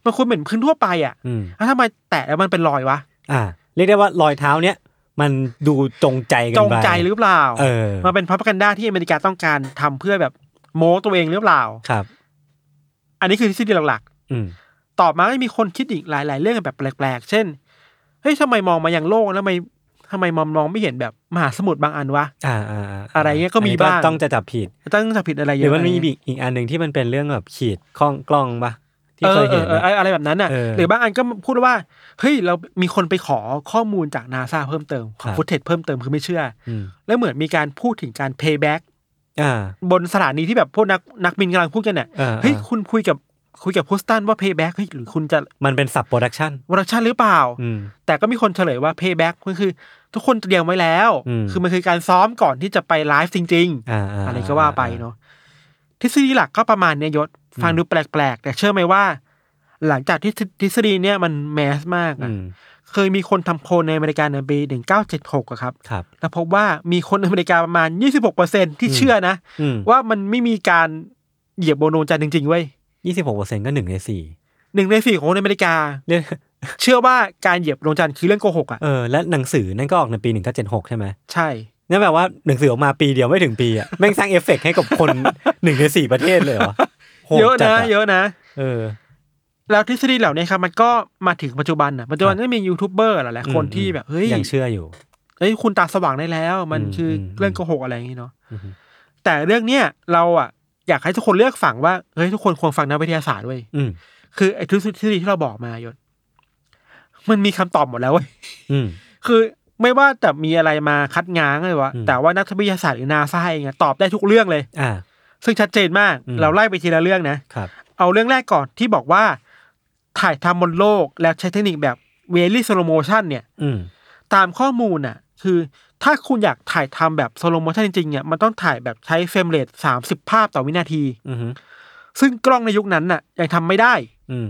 S2: มันควรเป็นพื้นทั่วไปอะ
S1: อืม
S2: แล้วทำไมแตะแล้วมันเป็นรอยวะ
S1: อ่า เรียกได้ว่ารอยเท้าเนี้ยมันดูจงใจกัน
S2: จ
S1: ไป
S2: งใจหรือเปล่า
S1: เออ
S2: มันเป็นพับกันด้าที่อเมริกาต้องการทำเพื่อแบบโม้ตัวเองหรือเปล่า
S1: ครับ
S2: อันนี้คือทฤษฎีหลัก
S1: อืม
S2: ๆ ต่อมาก็มีคนคิดอีกหลาย ๆ เรื่องแบบแปลกๆ เช่นเฮ้ยทำไมมองมาอย่างโลกแล้วทำไมทำไมมองมองไม่เห็นแบบมหาสมุทรบางอันวะ
S1: อ่าอ่าา
S2: อะไรเงี้ยก็มีบ้าง
S1: ต้องจะจับผิด
S2: ต้องจะผิดอะไร
S1: ห
S2: เย
S1: รือ
S2: อะ
S1: มันมี
S2: ะไร
S1: อี
S2: เงี้ย
S1: กอีกอันหนึ่งที่มันเป็นเรื่องแบบขีดข้องกล้องปะที่
S2: เอ
S1: เค
S2: อย เอ
S1: เห็น
S2: อเออ
S1: อะ
S2: อะไรแบบนั้นน่ะ
S1: เออ
S2: หรือบางอันก็พูดว่าเฮ้ยเรามีคนไปขอข้อมูลจากนาซาเพิ่มเติมขอ
S1: ครับ
S2: ฟุตเทจเพิ่มเติมคือไม่เชื่อ
S1: อืม
S2: แล้วเหมือนมีการพูดถึงการเพย์แบ็ก
S1: อ่า
S2: บนสถานีที่แบบพวกนักนักบินกำลังพูดกันเนี่ย
S1: อ่า
S2: เฮ้ยคุณคุยกับคุยกับพุสตันว่า payback เฮ้ยหรือคุณจะ
S1: มันเป็นสับโปรดักชัน
S2: วอร์ชันหรือเปล่า
S1: อืม
S2: แต่ก็มีคนเฉลยว่า payback มันคือ ทุกคนเตรียมไว้แล้ว
S1: อืม
S2: คือมันคือการซ้อมก่อนที่จะไปไลฟ์จริง
S1: อ่าา
S2: ๆ อะไรก็ว่าไปเนาะทฤษฎีหลักก็ประมาณเนี้ยยศฟังดูแปลก ๆ แต่เชื่อไหมว่า หลังจากที่ทฤทฤษฎีเนี่ยมันแมสมากอะ
S1: อืม
S2: เคยมีคนทำโพลในอเมริกาในปี 1976อะครับ
S1: ครับ
S2: แล้วพบว่ามีคนอเมริกาประมาณ 26%ที่เชื่อนะ
S1: อืม
S2: ว่ามันไม่มีการเหยียบบนดวงจันทร์จริงๆเว้ย
S1: ยี่สิบหกเปอร์เซ็นต์ก็หนึ่งในสี่
S2: หนึ่งในสี่ของคนอเมริกา
S1: เรื่อง
S2: เชื่อว่าการเหยียบดวงจันทร์คือเรื่องโกหกอ่ะ
S1: เออและหนังสือนั่นก็ออกในปีหนึ่งเก้าเจ็ดหกใช่ไหม
S2: ใช่
S1: นั่นแปลว่าหนังสือออกมาปีเดียวไม่ถึงปี อ่ะ แม่งสร้างเอฟเฟกต์ให้กับคน หนึ่งในสี่ประเทศเลยเหรอโหด
S2: เยอะ
S1: จัด
S2: นะเยอะนะ
S1: เออ
S2: แล้วทฤษฎีเหล่านี้ครับมันก็มาถึงปัจจุบันอ่ะปัจจุบันก็มียูทูบเบอร์หลายๆคน
S1: อืม
S2: ที่แบบเฮ้ย
S1: ยังเชื่ออยู่
S2: เฮ้ยคุณตาสว่างได้แล้ว มัน
S1: อืม
S2: คืออ
S1: ม
S2: เรื่องโกหกอะไรอย่างงี้เนาะแต่เรื่องเนี้ยเราอ่ะอยากให้ทุกคนเลือกฝั่งว่าเฮ้ยทุกคนควรฟังนักวิทยาศาสตร์เว้ย
S1: อืม
S2: คือไอ้ทฤษฎีที่เราบอกมายศมันมีคำตอบหมดแล้วเว้ย
S1: อืม
S2: คือไม่ว่าแต่มีอะไรมาคัดง้างเลยวะ
S1: อืม
S2: แต่ว่านักวิทยาศาสตร์หรือนาซาเองอะตอบได้ทุกเรื่องเลย
S1: อ่า
S2: ซึ่งชัดเจนมาก
S1: อืม
S2: เราไล่ไปทีละเรื่องนะ
S1: ครับ
S2: เอาเรื่องแรกก่อนที่บอกว่า ถ่ายทำบนโลกแล้วใช้เทคนิคแบบเวลี่สโลโมชันเนี่ย
S1: อืม
S2: ตามข้อมูลน่ะ คือถ้าคุณอยากถ่ายทำแบบสโลโมชันจริงๆเนี่ยมันต้องถ่ายแบบใช้เฟรมเรทสามสิบภาพต่อวินาที
S1: อืม
S2: ซึ่งกล้องในยุคนั้นน่ะยังทำไม่ได้
S1: อืม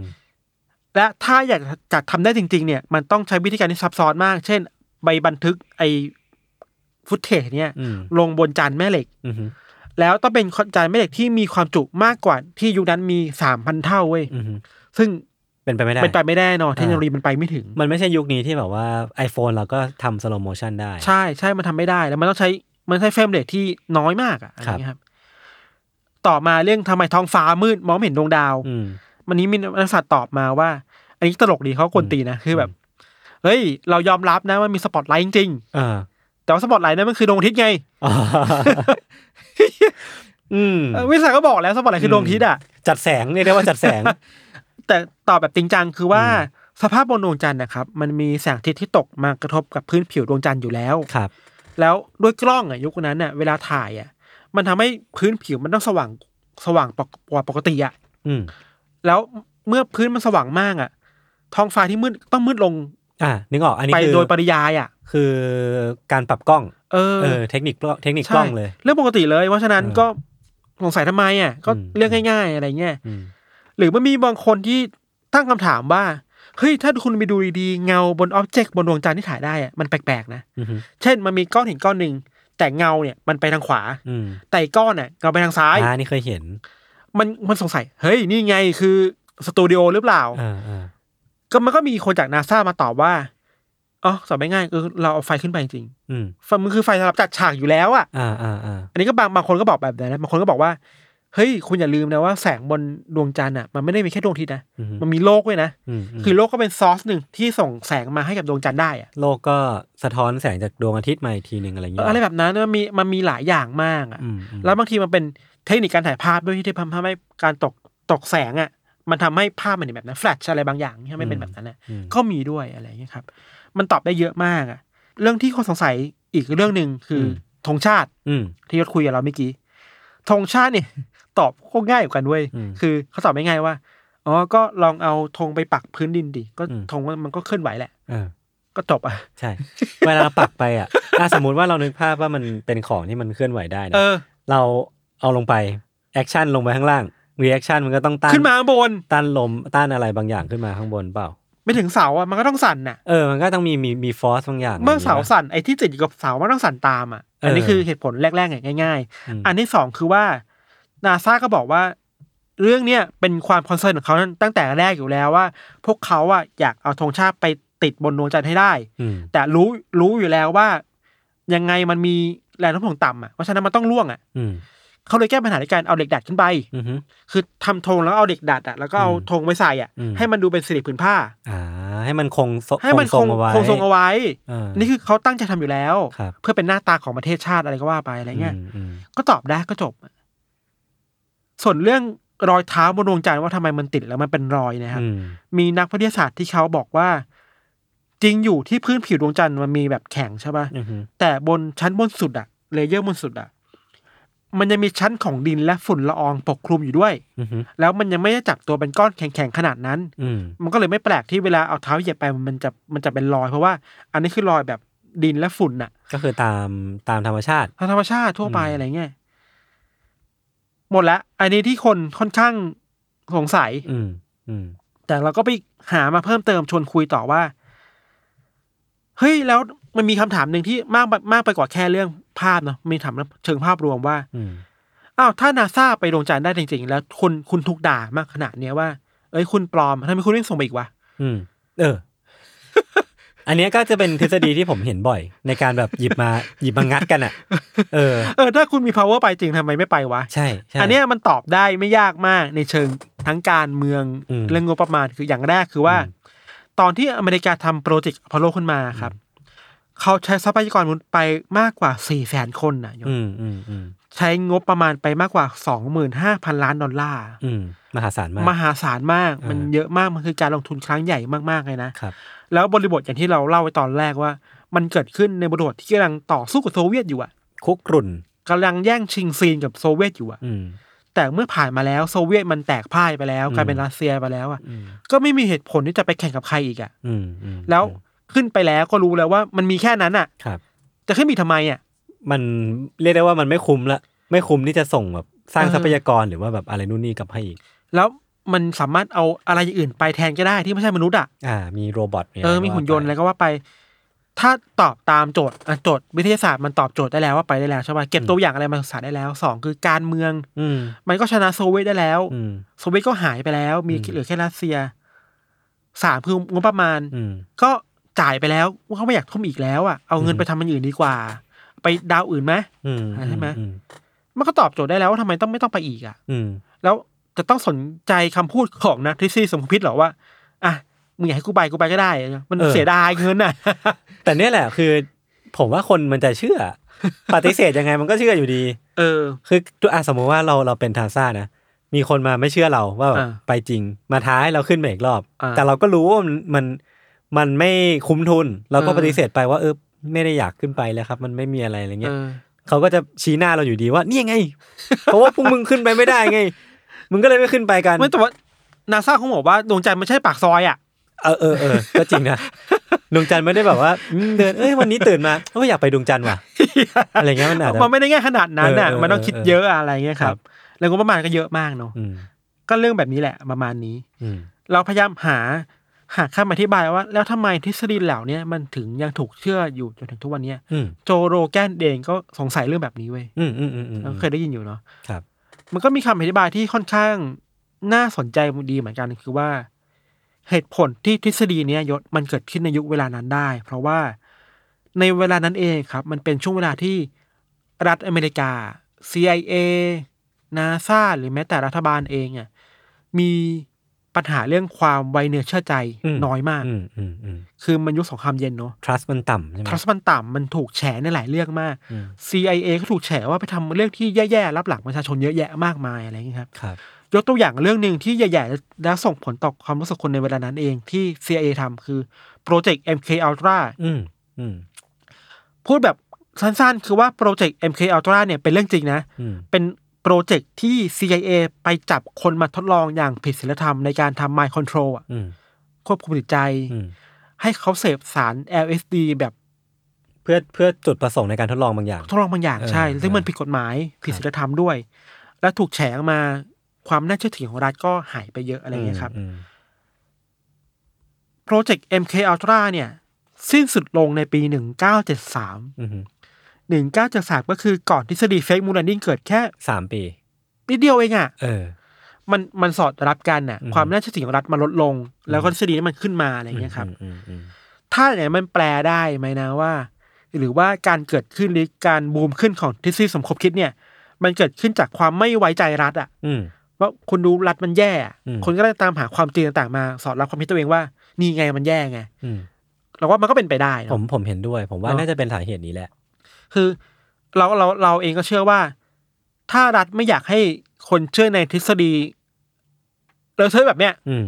S2: และถ้าอยากจะทำได้จริง ๆ เนี่ย มันต้องใช้วิธีการที่ซับซ้อนมาก เช่น ใบบันทึกไอฟุตเทจเนี่ย
S1: อืม
S2: ลงบนจานแม่เหล็ก
S1: อืม
S2: แล้วต้องเป็นจานแม่เหล็กที่มีความจุมากกว่าที่ยุคนั้นมีสามพันเท่าเว้ย
S1: อืม
S2: ซึ่ง
S1: เป็นไปไม่ได้
S2: เป็นไปไม่ได้เนอะเทคโนโลยีมันไปไม่ถึง
S1: มันไม่ใช่ยุคนี้ที่แบบว่า iPhone เราก็ทำสโลโมชันได้
S2: ใช่ใช่มันทำไม่ได้แล้วมันต้องใช้มันใช้เฟรมเรทที่น้อยมากอะอะไร
S1: ครับ
S2: เงี้ยครับ ต่อมาเรื่องทำไมท้องฟ้ามืด มองไม่เห็นดวงดาว
S1: อืม
S2: วันนี้มีนักศึกษาตอบมาว่า อันนี้ตลกดีเขากวนตีนนะคือแบบ เฮ้ย เรายอมรับนะว่ามีสปอตไลท์จริง
S1: เอ อ
S2: ๆแต่ว่าสปอตไลท์นั้นมันคือดวงอาทิตย์ไง
S1: อ๋ออืม
S2: เออวิทยาศาสตร์ก็บอกแล้วสปอตไลท์คือดวงอาทิตย์อะ
S1: จัดแสงเรียกได้ว่าจัดแสง
S2: แต่ตอบแบบจริงจังคือว่าสภาพบนดวงจันทร์นะครับ มันมีแสงอาทิตย์ที่ตกมากระทบกับพื้นผิวดวงจันทร์อยู่แล้ว
S1: ครับ
S2: แล้วด้วยกล้องอะยุคนั้นน่ะเวลาถ่ายอะมันทำให้พื้นผิวมันต้องสว่างสว่างปกกว่าปกติอะ
S1: อืม
S2: แล้วเมื่อพื้นมันสว่างมากอะท้องฟ้าที่มืดต้องมืดลง
S1: อ่านึกออกอันนี้
S2: ไป
S1: คือ
S2: โดยปริยายอะ
S1: คือการปรับกล้อง
S2: เออ
S1: เออเทคนิคกล้องเทคนิคกล้องเลย
S2: เรื่องปกติเลย เพราะฉะนั้น
S1: เออ
S2: ก็สงสัยทำไมอ่ะก็
S1: อืม
S2: เรื่องง่าย ๆ อะไรเงี้ย
S1: อืม
S2: หรือมันมีบางคนที่ตั้งคำถามว่าเฮ้ยถ้าคุณไปดูดีๆเงาบนอ็อบเจกต์บนดวงจันทร์ที่ถ่ายได้อ่ะมันแปลกๆนะ
S1: อืม
S2: เช่นมันมีก้อนหินก้อนหนึ่งแต่เงาเนี่ยมันไปทางขวา
S1: อืม
S2: แต่อีกก้อนเนี่ยเงาไปทางซ้าย
S1: อ่านี่เคยเห็น
S2: มันมันสงสัย เฮ้ยนี่ไงคือสตูดิโอหรือเปล่า
S1: อ่าอ่า
S2: ก็มันก็มีคนจากนาซามาตอบว่าอ๋อตอบไม่ง่ายคือเราเอาไฟขึ้นไปจริง
S1: อืม
S2: ๆไฟมันคือไฟสำหรับจัดฉากอยู่แล้วอ่ะ
S1: อ่าอ่าอ่า
S2: อันนี้ก็บางบางคนก็บอกแบบนั้นนะบางคนก็บอกว่า เฮ้ย คุณอย่าลืมนะว่าแสงบนดวงจันทร์อ่ะมันไม่ได้มีแค่ดวงอาทิตย์นะ
S1: อืม
S2: มันมีโลกด้วยนะ
S1: อืมม
S2: คือโลกก็เป็นซอร์สหนึ่งที่ส่งแสงมาให้กับดวงจันทร์ได้อะ
S1: โลกก็สะท้อนแสงจากดวงอาทิตย์มาอีกทีหนึ่งอะไรอย่าง
S2: เอ
S1: เงี้
S2: อย อะไรแบบนั้นมันมีมันมีหลายอย่างมากอ่ะ
S1: อืมอืม
S2: แล้วบางทีมันเป็นเทคนิคการถ่ายภาพด้วยที่ทำให้การตกตกแสงอ่ะมันทำให้ภาพมันเห็นแบบนั้นแฟลชอะไรบางอย่างที่ไม่เป็นแบบนั้นนะ
S1: อืม
S2: ก็มีด้วยอะไรอย่างเงี้ยครับ มันตอบได้เยอะมากอ่ะ เรื่องที่คนสงสัยอีกเรื่องหนึ่งคืออธงชาติ
S1: อืม
S2: ที่ยศคุยกับเราเมื่อกี้ธงชาติเนี่ย ตอบโคตรง่ายเหมือนกันเว้ย
S1: อืม
S2: คือเขาตอบไม่ง่ายๆว่าอ๋อก็ลองเอาธงไปปักพื้นดินดิก็
S1: อืม
S2: ธงมันมันก็เคลื่อนไหวแหละ
S1: เออ
S2: ก็จบอ่ะ
S1: ใช่ เวลาเราปักไปอ่ะ อ่ะ สมมุติว่าเรานึกภาพว่ามันเป็นของที่มันเคลื่อนไหวได้นะ
S2: เออ
S1: เราเอาลงไปแอคชั่นลงไปข้างล่างรีแอคชั่นมันก็ต้องต้าน
S2: ขึ้นมาข้างบน
S1: ต้านลมต้านอะไรบางอย่างขึ้นมาข้างบนเปล่า
S2: ไม่ถึงเสาอ่ะมันก็ต้องสั่นน่ะ
S1: เออ มันก็ต้องมีมีมีฟอสบางอย่าง
S2: เมื่อเสา
S1: ะไรย่งงี้ย
S2: สั่นไอ้ที่ติดอยู่กับเสามันต้องสั่นตามอ่ะ อันนี้
S1: เออ
S2: คือเหตุผลแรกๆอย่างง่าย
S1: อืม
S2: ๆ อันที่สองคือว่านาซาก็บอกว่า เรื่องเนี้ยเป็นความคอนเซิร์นของเขาตั้งแต่แรกอยู่แล้วว่า พวกเขาอ่ะอยากเอาธงชาติไปติดบนดวงจันทร์ให้ได้
S1: อืม
S2: แต่รู้รู้อยู่แล้วว่า ยังไงมันมีแรงโน้มถ่วงต่ำอ่ะเพราะฉะนั้นมันต้องล่วงอ่ะ
S1: อืม
S2: เขาเลยแก้ปัญหาด้วยการเอาเหล็กดัดขึ้นไป
S1: อืม
S2: คือทำธงแล้วเอาเหล็กดัดอ่ะแล้วก็เอา
S1: อืม
S2: ธงไปใส่อ่ะ
S1: อืม
S2: ให้มันดูเป็นสิริผืนผ้า
S1: อ่า ให้มันคงทรง
S2: ให้มัน
S1: ท
S2: ค
S1: รง
S2: ง
S1: เอาไว้
S2: คงทรงเอาไว้
S1: อ่า
S2: นี่คือเขาตั้งใจทำอยู่แล้ว
S1: ครับ
S2: เพื่อเป็นหน้าตาของประเทศชาติอะไรก็ว่าไปอะไรเงี้ย
S1: มอืม
S2: ก็ตอบได้ก็จบ ส่วนเรื่องรอยเท้าบนดวงจันทร์ว่าทำไมมันติดแล้วมันเป็นรอยนะครับ
S1: อืม
S2: มีนักวิทยาศาสตร์ที่เขาบอกว่า จริงอยู่ที่พื้นผิวดวงจันทร์มันมีแบบแข็งใช่ปะ
S1: อืม
S2: แต่บนชั้นบนสุดอะเลเยอร์บนสุดอะมันยังมีชั้นของดินและฝุ่นละอองปกคลุมอยู่ด้วย
S1: อืม
S2: แล้วมันยังไม่ได้จับตัวเป็นก้อนแข็งๆขนาดนั้น
S1: อืม
S2: มันก็เลยไม่แปลกที่เวลาเอาเท้าเหยียบไปมันจะมันจะเป็นรอยเพราะว่า อันนี้คือรอยแบบดินและฝุ่นอะ
S1: ก็คือตามตามธรรมชาติ
S2: ทางธรรมชาติทั่วไป
S1: อืม
S2: อะไรเงี้ยหมดละอันนี้ที่คนค่อนข้างสงสัย
S1: อืมอืม
S2: แต่เราก็ไปหามาเพิ่มเติมชวนคุยต่อว่า เฮ้ยแล้วมันมีคำถามหนึ่งที่มากมากไปกว่าแค่เรื่องภาพเนาะมีถามเชิงภาพรวมว่า
S1: อืม
S2: อ้าวถ้านาซาไปดวงจันทร์ได้จริงๆ แล้วคุณคุณถูกด่ามากขนาดเนี้ยว่า เอ้ยคุณปลอมทำไมคุณเร่งส่งไปอีกวะ
S1: อืมเอ อ อันเนี้ยก็จะเป็นทฤษฎีที่ผมเห็นบ่อย ในการแบบหยิบมาหยิบมางัดกันอ่ะ เออ
S2: เออถ้าคุณมี power ไปจริงทำไมไม่ไปวะ
S1: ใช่ใช่
S2: อันเนี้ยมันตอบได้ไม่ยากมากในเชิงทั้งการเมือง
S1: อืม
S2: เรื่องงบประมาณคืออย่างแรกคือว่า
S1: อืม
S2: ตอนที่อเมริกาทำโปรเจกต์อพอลโลขึ้นมาครับ เขาใช้ทรัพยากรมนุษย์ไปมากกว่า4ี่แสนคนนะโยม
S1: อืมอืมอืม
S2: ใช้งบประมาณไปมากกว่า 25,000 ล้านดอลลาร์
S1: อืมมหาศาลมาก
S2: มหาศาลมาก
S1: อ่ามั
S2: มันเยอะมากมันคือการลงทุนครั้งใหญ่มากๆเลยนะ
S1: ครับ
S2: แล้วบริบทอย่างที่เราเล่าไว้ตอนแรกว่า มันเกิดขึ้นในบริบทที่กำลังต่อสู้กับโซเวียตอยู่อะ
S1: คุกรุ่น
S2: กำลังแย่งชิงซีนกับโซเวียตอยู่อะ
S1: อืม
S2: แต่เมื่อผ่านมาแล้วโซเวียตมันแตกพ่ายไปแล้ว
S1: อืม
S2: กลายเป็นรัสเซียไปแล้วอะ
S1: อืม
S2: ก็ไม่มีเหตุผลที่จะไปแข่งกับใครอีกอะ
S1: อืมอืม
S2: แล้วขึ้นไปแล้วก็รู้แล้วว่ามันมีแค่นั้นอะ
S1: ครับ
S2: จะขึ้นมีกทำไมอะ
S1: มันเรียกได้ว่ามันไม่คุ้มละ ไม่คุ้มที่จะส่งแบบสร้างทรัพยากรหรือว่าแบบอะไรนู่นนี่กลับให้อีก
S2: แล้วมันสามารถเอาอะไรอย่างอื่นไปแทนก็ได้ที่ไม่ใช่มนุษย์อะ
S1: อ่า มีโรบอทะไร
S2: เออมีหุ่นยนต์อะไร
S1: ว่าไป
S2: ก็ว่าไป ถ้าตอบตามโจทย์อ่ะโจทย์วิทยาศาสตร์มันตอบโจทย์ได้แล้วว่าไปได้แล้วใช่ป่ะเก็บตัวอย่างอะไรมาศึกษาได้แล้วสองคือการเมือง
S1: อืม
S2: มันก็ชนะโซเวียตได้แล้ว
S1: อืม
S2: โซเวียตก็หายไปแล้ว มี
S1: อืม
S2: เหลือแค่รัสเซียสามคืองบประมาณ
S1: อืม
S2: ก็จ่ายไปแล้วเขาไม่อยากทุ่มอีกแล้วอ่ะเอาเงิน
S1: อืม
S2: ไปทำมันอื่นดีกว่า ไปดาวอื่นไหม
S1: อืม
S2: ใช่ไหม
S1: อืม
S2: มันก็ตอบโจทย์ได้แล้วว่าทำไมต้องไม่ต้องไปอีกอ่ะ
S1: อืม
S2: แล้วจะต้องสนใจคำพูดของนะทฤษฎีสมคบคิดเหรอว่าอ่ะมึงอยากให้กูไปกูไปก็ได้ มัน
S1: เออ
S2: เสียดายเงินน่ะ
S1: แต่เนี่ยแหละคือ ผมว่าคนมันจะเชื่อ ปฏิเสธยังไงมันก็เชื่ออยู่ดี
S2: เออ
S1: คือตัวอ่ะสมมติว่าเราเราเป็นทาซ่านะ มีคนมาไม่เชื่อเราว่าแบบ
S2: อ่า
S1: ไปจริงมาท้าให้เราขึ้นไปอีกรอบ
S2: อ่า
S1: แต่เราก็รู้ว่ามันมันมันไม่คุ้มทุน เราก็
S2: เออ
S1: ปฏิเสธไปว่าเออ ไม่ได้อยากขึ้นไปแล้วครับ มันไม่มีอะไรอะไร
S2: เอ
S1: เงี้ย
S2: อ
S1: เขาก็จะชี้หน้าเราอยู่ดีว่าเนี่ยไง เพราะว่าพวกมึงขึ้นไปไม่ได้ไง มึงก็เลยไม่ขึ้นไปกัน
S2: ไม่แต่ว่านาซาคงบอกว่าดวงจันทร์ไม่ใช่ปากซอยอ่ะ
S1: เออเออเออก็จริงนะดวงจันทร์ไม่ได้แบบว่าอืมเดินเอ้ยวันนี้ตื่นมาเอ้ยอยากไปดวงจันทร์ว่ะ อะไรเงี้ยมันอาจจะ
S2: มันไม่ได้ง่ายขนาดนั้นอ่ะ
S1: เออเออ
S2: มันต้องคิดเยอะอะไรเงี้ยครั
S1: ครับ บ
S2: แล้วงบประมาณก็เยอะมากเนาะ
S1: อืม
S2: ก็เรื่องแบบนี้แหละประมาณนี้
S1: อืม
S2: เราพยายามหาหาคำอธิบายว่า แล้วทำไมทฤษฎีเหล่าเนี้ยมันถึงยังถูกเชื่ออยู่จนถึงทุกวันเนี้ย
S1: อืม
S2: โจโรแกนเองก็สงสัยเรื่องแบบนี้เว้ย
S1: อืมอืมอืมอืม
S2: เราเคยได้ยินอยู่เนาะ
S1: ครับ
S2: มันก็มีคำอธิบายที่ค่อนข้างน่าสนใจดีเหมือนกันคือว่า เหตุผลที่ทฤษฎีเนี้ยยศมันเกิดขึ้นในยุคเวลานั้นได้ เพราะว่าในเวลานั้นเองครับ มันเป็นช่วงเวลาที่รัฐอเมริกา CIA NASA หรือแม้แต่รัฐบาลเองอ่ะมีปัญหาเรื่องความไวเนื้อเชื่อใจ
S1: อืม
S2: น้อยมาก
S1: อืมอืมอืม
S2: คือมันยุคสงครามเย็นเนาะ
S1: trust มันต่ำใช่ไหม
S2: ทรัสมันต่ำมันถูกแฉในหลายเรื่องมาก
S1: อืม
S2: CIA ก็ถูกแฉว่าไปทำเรื่องที่แย่ๆรับหลังประชาชนเยอะแยะมากมายอะไรอย่างนี้ยครับ
S1: ครับ
S2: ยกตัวอย่างเรื่องหนึ่งที่ใหญ่ ๆ และส่งผลต่อความรู้สึกคนในเวลานั้นเองที่ CIA ทำคือโปรเจกต์ MK Ultra
S1: อืมอืม
S2: พูดแบบสั้นๆ คือว่าโปรเจกต์ MK Ultra เนี่ยเป็นเรื่องจริงนะ
S1: อืม
S2: เป็นโปรเจกต์ที่ CIA ไปจับคนมาทดลองอย่างผิดศีลธรรมในการทำ mind control อะ
S1: อืม
S2: ควบคุมจิตใจ
S1: อืม
S2: ให้เขาเสพสาร LSD แบบ
S1: เพื่อเพื่อจุดประสงค์ในการทดลองบางอย่าง
S2: ทดลองบางอย่างใช่
S1: เออ
S2: ซึ่งมันผิดกฎหมายผิดศีลธรรมด้วย และถูกแฉออกมาความน่าเชื่อถือของรัฐก็หายไปเยอะอะไรอย่างเงี้ยครับ
S1: ม
S2: โปรเจกต์ MK Ultra เนี่ย สิ้นสุดลงในปี 1973
S1: อืมอืม
S2: 1973 ก็คือก่อนทฤษฎีเฟกมูลันดิ้งเกิดแค่
S1: สามปี
S2: นิดเดียวเองอะ่ะ
S1: เออ
S2: มันมันสอดรับกันน่ะ
S1: อืม
S2: ความน่าเชื่อถือของรัฐมันลดลง แล้วก็ทฤษฎีนี้มันขึ้นมาอะไรอย่างเงี้ยครับ
S1: อืมอืม
S2: ถ้าไหนมันแปลได้ไหมนะว่า หรือว่าการเกิดขึ้นหรือการบูมขึ้นของทฤษฎีสมคบคิดเนี่ย มันเกิดขึ้นจากความไม่ไว้ใจรัฐอ่ะ
S1: อืม
S2: ว่าคุณดูรัฐมันแย่อะ
S1: อืม
S2: คนก็เลยตามหาความจริงต่างๆมา สอดรับความคิดตัวเองว่านี่ไงมันแย่ไง
S1: อืม
S2: เราว่ามันก็เป็นไปได้เนอะ
S1: ผมผมเห็นด้วย ผมว่า
S2: เนอะ
S1: น่าจะเป็นสาเหตุนี้แหละ
S2: คือเราเราเราเองก็เชื่อว่า ถ้ารัฐไม่อยากให้คนเชื่อในทฤษฎีเราเชื่อแบบเนี้ย
S1: อืม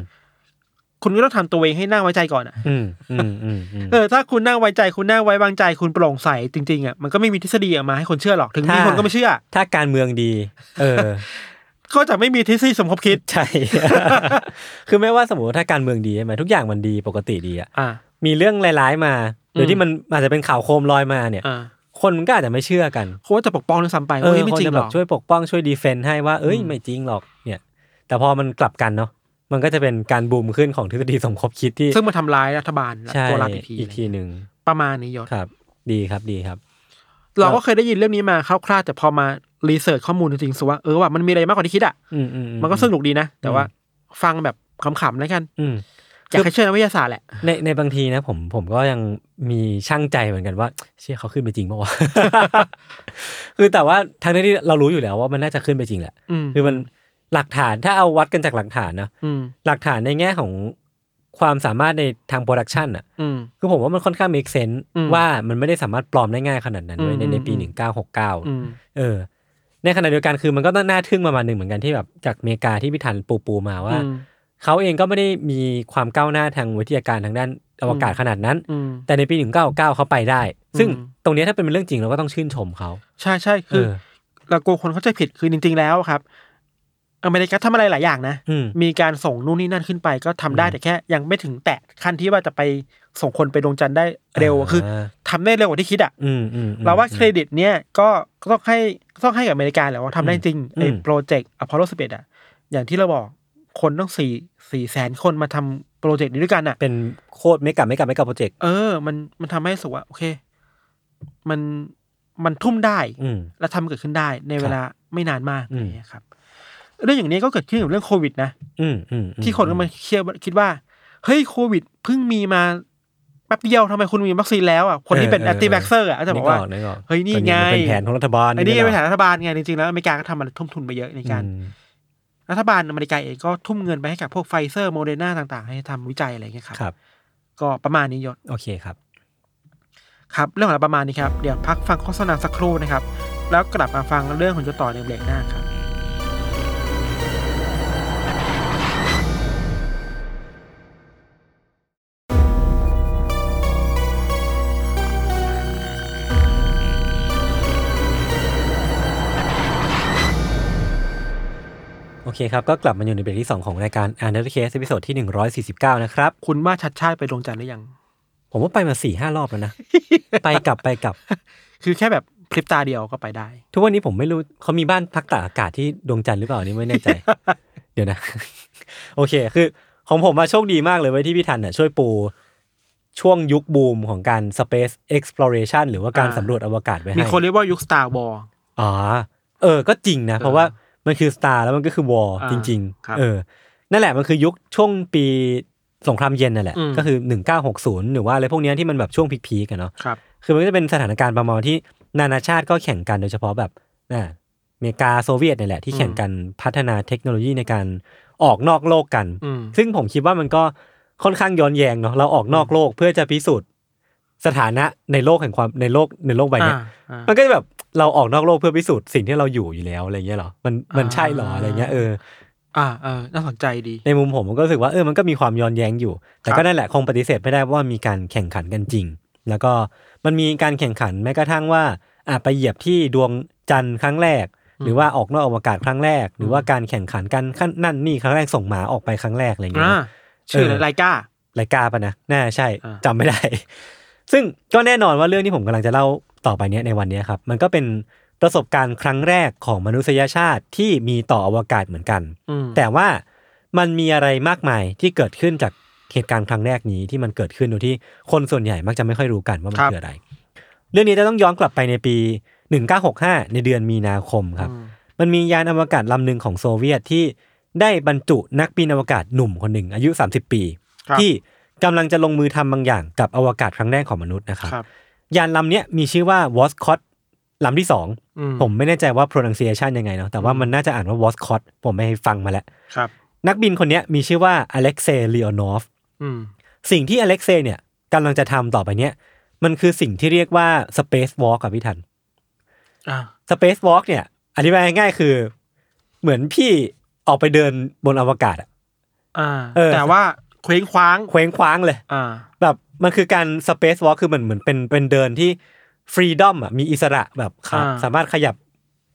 S2: คุณก็ต้องทำตัวเองให้น่าไว้ใจก่อนอะ
S1: อืมอืมอืมอืม
S2: เออถ้าคุณน่าไว้ใจคุณน่าไว้วางใจ คุณโปร่งใสจริงๆอ่ะมันก็ไม่มีทฤษฎีออกมาให้คนเชื่อหรอก ถึงมีคนก็ไม่เชื่อ
S1: ถ้าการเมืองดี เออ
S2: ก็จะไม่มีทฤษฎีสมคบคิด
S1: ใช่ คือไม่ว่าสมมติว่าถ้าการเมืองดีใช่ไหมทุกอย่างมันดีปกติดีอะ
S2: อ่า
S1: มีเรื่องร้ายๆมาหรืออ
S2: ม
S1: ที่มันอาจจะเป็นข่าวโคมลอยมาเนี่ย
S2: อ่า
S1: คนมันก็อาจจะไม่เชื่อกัน
S2: โค้ชจะปกป้องด้วยซ้ำไป
S1: เออ
S2: ว่าเฮ้ยไม่
S1: คน
S2: จริง
S1: จะ
S2: ห
S1: แบ
S2: ร
S1: บอก ช่วยปกป้องช่วยดีเฟนต์ให้ว่าเอ้ย
S2: อืม
S1: ไม่จริงหรอกเนี่ย แต่พอมันกลับกันเนาะมันก็จะเป็นการบูมขึ้นของทฤษฎีสมคบคิดที่
S2: ซึ่งมาทำร้ายรัฐบาล
S1: ใช่
S2: ตัวรัฐอีกที
S1: อีกทีหนึ่ง
S2: ประมาณนี้ยศ
S1: ครับ ดีครับดีครับ
S2: เราก็เคยได้ยินเรื่องนี้มาคร่าวๆแต่พอมารีเสิร์ชข้อมูลจริงๆสุว่าเออว่ามันมีอะไรมากกว่าที่คิดอ่ะ
S1: อืมอือื
S2: มันก็สนุกดีนะ แต่ว่าฟังแบบขำๆแล้วกัน
S1: อืม
S2: อยากให้เชื่อนักวิทยาศาสตร์แหละ
S1: ในในบางทีนะผมผมก็ยังมีช่างใจเหมือนกันว่า เชื่อเขาขึ้นไปจริงปะ วะ คือแต่ว่าทางที่เรารู้อยู่แล้วว่ามันน่าจะขึ้นไปจริงแหละ
S2: อืม
S1: คือมันหลักฐานถ้าเอาวัดกันจากหลักฐานนะ
S2: อืม
S1: หลักฐานในแง่ของความสามารถในทางโปรดักชันอ่ะ
S2: อืม
S1: คือผมว่ามันค่อนข้างมีเซนส์
S2: อืม
S1: ว่ามันไม่ได้สามารถปลอมได้ง่ายขนาดนั้นเว้ยในในปี
S2: อืม
S1: หนึ่งเก้าหกเก้า
S2: อืม
S1: เออ ในขณะเดียวกันคือมันก็ต้องน่าทึ่งประมาณหนึ่งเหมือนกันที่แบบจากอเมริกาที่พิธันปูปูมาว่า
S2: อืม
S1: เขาเองก็ไม่ได้มีความก้าวหน้าทางวิทยาการทางด้านอวกาศ
S2: อืม
S1: ขนาดนั้น
S2: อืม
S1: แต่ในปี 199 เขาไปได้ ซึ่ง
S2: อืม
S1: ตรงเนี้ยถ้าเป็นเรื่องจริงเราก็ต้องชื่นชมเขา
S2: ใช่ใช่คือ
S1: เออ
S2: เรากลัวคนเข้าใจผิดคือจริง ๆ แล้วครับ อเมริกาทำอะไรหลายอย่างนะ
S1: อืม
S2: มีการส่งนู่นนี่นั่นขึ้นไปก็ทำได้
S1: อืม
S2: แต่แค่ ยังไม่ถึงแตะขั้นที่ว่าจะไปส่งคนไปดวงจันทร์ได้เร็วคือทำได้เร็วกว่าที่คิดอ่ะ
S1: อืมอืมอืม
S2: เราว่าเครดิตเนี่ยก็ก็ต้องให้ก็ต้องให้กับอเมริกาแหละว่าทำได้จริงไอ้
S1: อืม
S2: โปรเจกต์อพอลโลสิบเอ็ดอะอย่างที่เราบอกคนต้องสี่สี่แสนคนมาทำโปรเจกต์นี้ด้วยกันอะ
S1: เป็นโคตรไม่กลับไม่กลับไม่กลับโปรเจกต์
S2: เออ มันมันทำให้รู้สุว่าโอเค มันมันทุ่มได้
S1: อืม
S2: และทำเกิดขึ้นได้ในเวลาไม่นานมาก
S1: อืม
S2: อย่างเงี้ยครับ เรื่องอย่างนี้ก็เกิดขึ้นกับเรื่องโควิดนะ
S1: อืมอืมอื
S2: ที่คนก็มาเชื่อว่าคิดว่า เฮ้ยโควิดเพิ่งมีมาแป๊บเดียวทำไมคุณมีวัคซีนแล้วอ่ะคนที่เป็นแอนติแบ็กเซอร์อ่ะก็จะบอกว่า
S1: นึกก
S2: เฮ้ยนี่ไง
S1: มัเป็นแผนของรัฐบาล
S2: ไอ้นี่
S1: หร
S2: เป็นฐานรัฐบาลไงจริงๆแล้วอเมริกาก็ทำมันทุ่มทุนไปเยอะในการ
S1: อืม
S2: รัฐบาลอเมริกาเองก็ทุ่มเงินไปให้กับพวกไฟเซอร์โมเดอร์นาต่างๆ ให้ทำวิจัยอะไรอย่างเงี้ยครับ
S1: ครับ
S2: ก็ประมาณนี้ยศ
S1: โอเคครับ
S2: ครับ เรื่องของเราประมาณนี้ครับ เดี๋ยวพักฟังโฆษณาสักครู่นะครับ แล้วกลับมาฟังเรื่องของยศต่อในเบรกหน้าครับ
S3: 「
S1: โอเคครับ ก็กลับมาอยู่ในเบรกที่ 2 ของรายการ a n a l y Case ตอนที่ 149 นะครับ
S2: คุณว่าชัดชาติไปดวงจันทร์หรือยัง
S1: ผมว่าไปมา4ี่ห้ารอบแล้ว นะ ไปกลับไปกลับ
S2: คือแค่แบบพริบตาเดียวก็ไปได้
S1: ทุกวันนี้ผมไม่รู้เขามีบ้านพักตากอากาศที่ดวงจันทร์หรือเปล่าอันนี่ไม่แน่ใจ เดี๋ยวนะ โอเค คือของผมมาโชคดีมากเลยไว้ยที่พี่ทันน่ะช่วยปู ช่วงยุคบูมของการ Space Exploration หรือว่าการ
S2: อ่า
S1: สำรวจอวกาศไว้ให้
S2: มีคนเรียกว่ายุค Star War
S1: อ๋อเออ ก็จริงนะ เพราะว่ามันคือสตาร์แล้วมันก็คือวอล
S2: อ่า
S1: จริง
S2: ครับ
S1: ๆ เออ นั่นแหละมันคือยุคช่วงปีสงครามเย็นนั่นแหละ
S2: อืม
S1: ก็คือ 1960 หรือว่าอะไรพวกเนี้ยที่มันแบบช่วงพีคๆกันเนาะ
S2: ครับ
S1: คือมันก็จะเป็นสถานการณ์ประมาณที่นานาชาติก็แข่งกันโดยเฉพาะแบบน่ะอเมริกาโซเวียตเนี่ยแหละที่แข่งกันพัฒนาเทคโนโลยีในการออกนอกโลกกัน
S2: อืม
S1: ซึ่งผมคิดว่ามันก็ค่อนข้างย้อนแยงเนาะเราออกนอกโลกเพื่อจะพิสูจน์สถานะในโลกแห่งความในโลกในโลกใบเนี้ย
S2: อ่าอ่า
S1: มันก็จะแบบเราออกนอกโลกเพื่อพิสูจน์สิ่งที่เราอยู่อยู่แล้วอะไรเงี้ยเหรอ มันมันใช่เหรอ
S2: อ่า
S1: อะไรเงี้ยเออ
S2: อ่าเออน่าสนใจดี
S1: ในมุมผมผมก็รู้สึกว่าเออ มันก็มีความย้อนแย้งอยู่ แต่
S2: ครั
S1: ก็
S2: บ
S1: นั่นแหละคงปฏิเสธไม่ได้ว่ามีการแข่งขันกันจริง แล้วก็มันมีการแข่งขันแม้กระทั่งว่าอ่ะไปเหยียบที่ดวงจันทร์ครั้งแรก หรือว่าออกนอกอวกาศครั้งแรก หรือว่าการแข่งขันกันขั้นนั่นนี่ครั้งแรกส่งหมาออกไปครั้งแรกอะไรเงี้ย
S2: อ่า
S1: เนอะ
S2: ชื่อ
S1: เออ
S2: ไรก้า
S1: รายการปะนะน่าใช่
S2: อ่า
S1: จำไม่ ได้ ซึ่งก็แน่นอนว่าเรื่องที่ผมกำลังจะเล่าต่อไปเนี้ยในวันเนี้ยครับ มันก็เป็นประสบการณ์ครั้งแรกของมนุษยชาติที่มีต่ออวกาศเหมือนกัน
S2: อืม
S1: แต่ว่ามันมีอะไรมากมายที่เกิดขึ้นจากเหตุการณ์ครั้งแรกนี้ที่มันเกิดขึ้นโดยที่คนส่วนใหญ่มักจะไม่ค่อยรู้กันว่ามันคืออะไร เรื่องนี้จะต้องย้อนกลับไปในปี 1965 ในเดือนมีนาคมครับ
S2: อืม
S1: มันมียานอวกาศลำหนึ่งของโซเวียตที่ได้บรรจุนักบินอวกาศหนุ่มคนหนึ่งอายุ 30 ปี
S2: ครับ
S1: ที่กำลังจะลงมือทำบางอย่างกับอวกาศครั้งแรกของมนุษย์นะครับ
S2: ครับ
S1: ยานลำเนี้ยมีชื่อว่าวอสคอตลำที่สอง
S2: อื
S1: ผมไม่แน่ใจว่า pronunciation ยังไงเนาะแต่ว่ามันน่าจะอ่านว่าวอสคอตผมไปฟังมาแล้ว
S2: ครับ
S1: นักบินคนเนี้ยมีชื่อว่าอเล็กเซย์ลีออนอฟ
S2: อืม
S1: สิ่งที่อเล็กเซย์เนี่ยกำลังจะทำต่อไปเนี้ยมันคือสิ่งที่เรียกว่า Space Walk กับพี่ทัน
S2: อ่า
S1: Space Walk เนี่ยอธิบายง่ายๆคือ เหมือนพี่ออกไปเดินบนอวกาศอะ
S2: อ่า
S1: เออ
S2: แต่ว่าเคว้งคว้าง
S1: เคว้งคว้างเลย
S2: อ่า
S1: แบบมันคือการ Space Walk คือเหมือนเหมือนเป็นเป็นเดินที่ฟรีดอมอ่ะมีอิสระแบบขา
S2: อ่า
S1: สามารถขยับ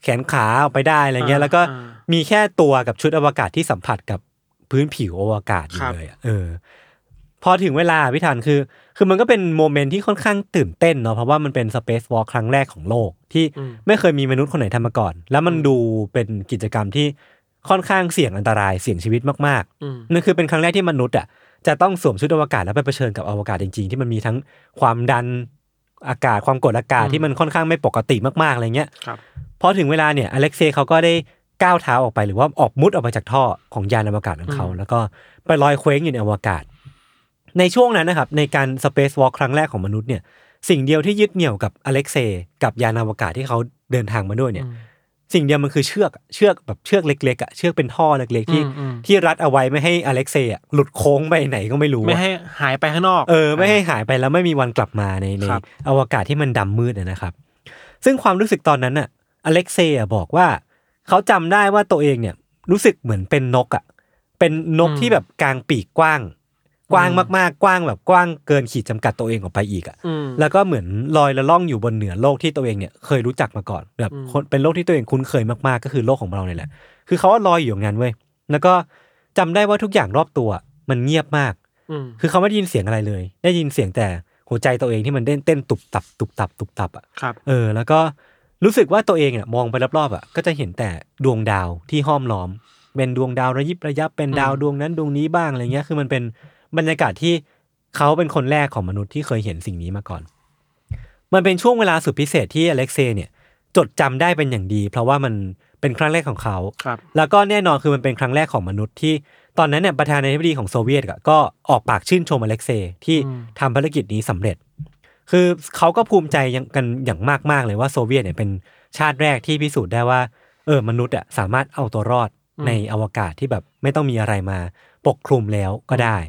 S1: แขนขาออกไปได้อะไรเงี้ย
S2: อ่า
S1: แล้วก็
S2: อ่า
S1: มีแค่ตัวกับชุดอวกาศที่สัมผัสกับพื้นผิวอวกาศอ
S2: ค
S1: ยู่
S2: รับ
S1: เลยอะเออ พอถึงเวลาพี่ธันคือ คือมันก็เป็นโมเมนต์ที่ค่อนข้างตื่นเต้นเนาะเพราะว่ามันเป็น Space Walk ครั้งแรกของโลกที่ไม่เคยมีมนุษย์คนไหนทำมาก่อน แล้วมันดูเป็นกิจกรรมที่ค่อนข้างเสี่ยงอันตรายเสี่ยงชีวิตมากๆ
S2: อืม
S1: นั่นคือเป็นครั้งแรกที่มนุษย์อ่ะจะต้องสวมชุดอวกาศแล้วไปเผชิญกับอวกาศจริงๆ ที่มันมีทั้งความดันอากาศความกดอากาศ
S2: อืม
S1: ที่มันค่อนข้างไม่ปกติมากๆอะไรเงี้ย
S2: ครับ
S1: พอถึงเวลาเนี่ยอเล็กเซย์เขาก็ได้ก้าวเท้าออกไปหรือว่าออกมุดออกมาจากท่อของยานอวกาศของเขา
S2: อืม
S1: แล้วก็ไปลอยเคว้งอยู่ในอวกาศ ในช่วงนั้นนะครับในการ Space Walk ครั้งแรกของมนุษย์เนี่ยสิ่งเดียวที่ยึดเหนี่ยวกับอเล็กเซย์กับยานอวกาศที่เขาเดินทางมาด้วยเนี่ย สิ่งเดียวมันคือเชือกเชือกแบบเชือกเล็กๆอ่ะเชือกเป็นท่อเล็กๆที่
S2: อืมอืม
S1: ที่รัดเอาไว้ไม่ให้อเล็กเซย์อะหลุดโค้งไปไหนก็ไม่รู้อะ
S2: ไม่ให้หายไปข้างนอก
S1: เออไม่ให้หายไปแล้วไม่มีวันกลับมาในใน
S2: ครับ
S1: อวกาศที่มันดำมืดอะนะครับ ซึ่งความรู้สึกตอนนั้นอ่ะอเล็กเซย์อะบอกว่า เขาจำได้ว่าตัวเองเนี่ยรู้สึกเหมือนเป็นนกอ่ะเป็นนกที่แบบกลางปีกกว้าง กว้างมากๆกว้างแบบกว้างเกินขีดจำกัดตัวเองออกไปอีกอ่ะ
S2: อืม
S1: แล้วก็เหมือนลอยละล่องอยู่บนเหนือโลกที่ตัวเองเนี่ยเคยรู้จักมาก่อนแบบ
S2: อืม
S1: คนเป็นโลกที่ตัวเองคุ้นเคยมากๆก็คือโลกของเราเนี่ยแหละ คือเขาว่าลอยอยู่อย่างนั้นเว้ยแล้วก็จำได้ว่าทุกอย่างรอบตัวมันเงียบมาก
S2: อืม
S1: คือเขาไม่ได้ยินเสียงอะไรเลย ได้ยินเสียงแต่หัวใจตัวเองที่มันเต้นเต้นตุบตับตุบตับตุบตับอ่ะ
S2: ครับ
S1: เออ แล้วก็รู้สึกว่าตัวเองเนี่ยมองไปรอบๆอ่ะก็จะเห็นแต่ดวงดาวที่ห้อมล้อม เป็นดวงดาวระยิบระยับเป็นดาว
S2: อืม
S1: ดวงนั้นดวงนี้บ้างอะไรเงี้ยคือมันเป็นบรรยากาศที่เขาเป็นคนแรกของมนุษย์ที่เคยเห็นสิ่งนี้มาก่อน มันเป็นช่วงเวลาสุดพิเศษที่อเล็กเซย์เนี่ยจดจำได้เป็นอย่างดี เพราะว่ามันเป็นครั้งแรกของเขา
S2: ครับ
S1: แล้วก็แน่นอนคือมันเป็นครั้งแรกของมนุษย์ที่ตอนนั้นเนี่ยประธานาธิบดีของโซเวียตอะก็ออกปากชื่นชมอเล็กเซย์ที่
S2: อืม
S1: ทำภารกิจนี้สำเร็จ คือเขาก็ภูมิใจยังกันอย่างมากๆเลยว่าโซเวียตเนี่ยเป็นชาติแรกที่พิสูจน์ได้ว่าเออมนุษย์อะสามารถเอาตัวรอดในอวกาศที่แบบไม่ต้องมีอะไรมาปกคลุมแล้วก็ได้